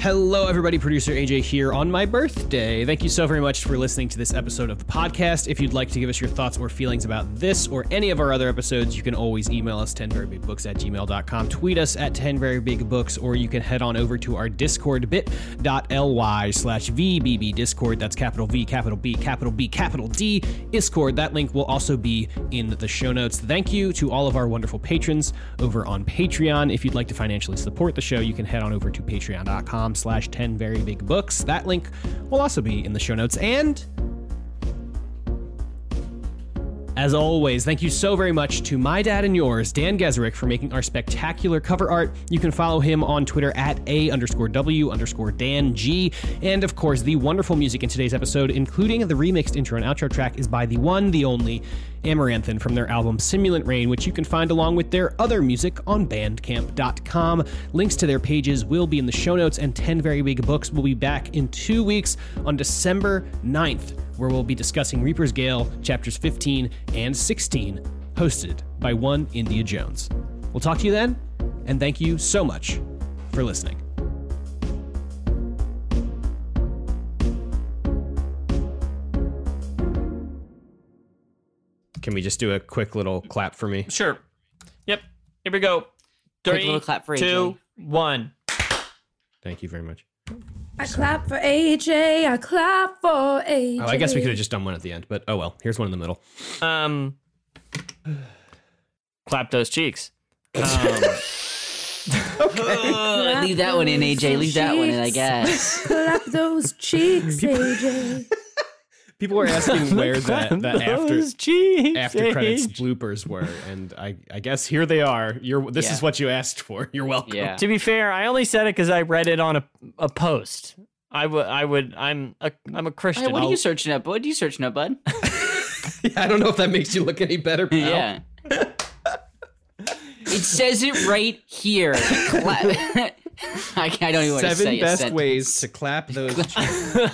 Hello, everybody. Producer AJ here on my birthday. Thank you so very much for listening to this episode of the podcast. If you'd like to give us your thoughts or feelings about this or any of our other episodes, you can always email us 10verybigbooks at gmail.com, tweet us at 10verybigbooks, or you can head on over to our Discord bit.ly slash VBB Discord. That's capital V, capital B, capital B, capital D, Discord. That link will also be in the show notes. Thank you to all of our wonderful patrons over on Patreon. If you'd like to financially support the show, you can head on over to patreon.com slash 10 very big books. That link will also be in the show notes. And as always, thank you so very much to my dad and yours, Dan Gesrick, for making our spectacular cover art. You can follow him on Twitter at A underscore W underscore Dan G. And of course, the wonderful music in today's episode, including the remixed intro and outro track, is by the one, the only Amaranthin from their album Simulant Rain, which you can find along with their other music on bandcamp.com. Links to their pages will be in the show notes, and 10 Very Big Books will be back in two weeks on December 9th where we'll be discussing Reaper's Gale chapters 15 and 16, hosted by one India Jones. We'll talk to you then, and thank you so much for listening. Can we just do a quick little clap for me? Sure. Yep. Here we go. Quick Three, little clap for AJ. two, one. Thank you very much. I clap for AJ. I clap for AJ. Oh, I guess we could have just done one at the end, but oh well. Here's one in the middle. um clap those cheeks um, Ugh, leave that one in, AJ. Leave that one in, I Jeez. guess. <laughs> clap those cheeks, AJ. People <laughs> were asking where that, that after those cheeks after credits H. bloopers were, and I, I guess here they are. You're this is Yeah. what you asked for. <laughs> You're welcome. Yeah. to be fair i only said it because i read it on a, a post i would i would i'm a i'm a Hey, christian what are I'll- you searching up? What are you searching up, <laughs> bud? <laughs> I don't know if that makes you look any better. pal. Yeah. it says it right <laughs> here. Cla- <laughs> I, I don't even want to Seven say best a sentence. ways <laughs> to clap those. cheeks. <laughs>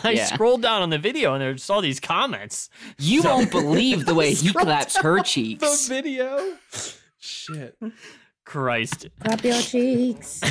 i yeah. scrolled down on the video and there's all these comments You won't believe the way <laughs> he claps her <laughs> cheeks. video. Shit. christ clap your cheeks.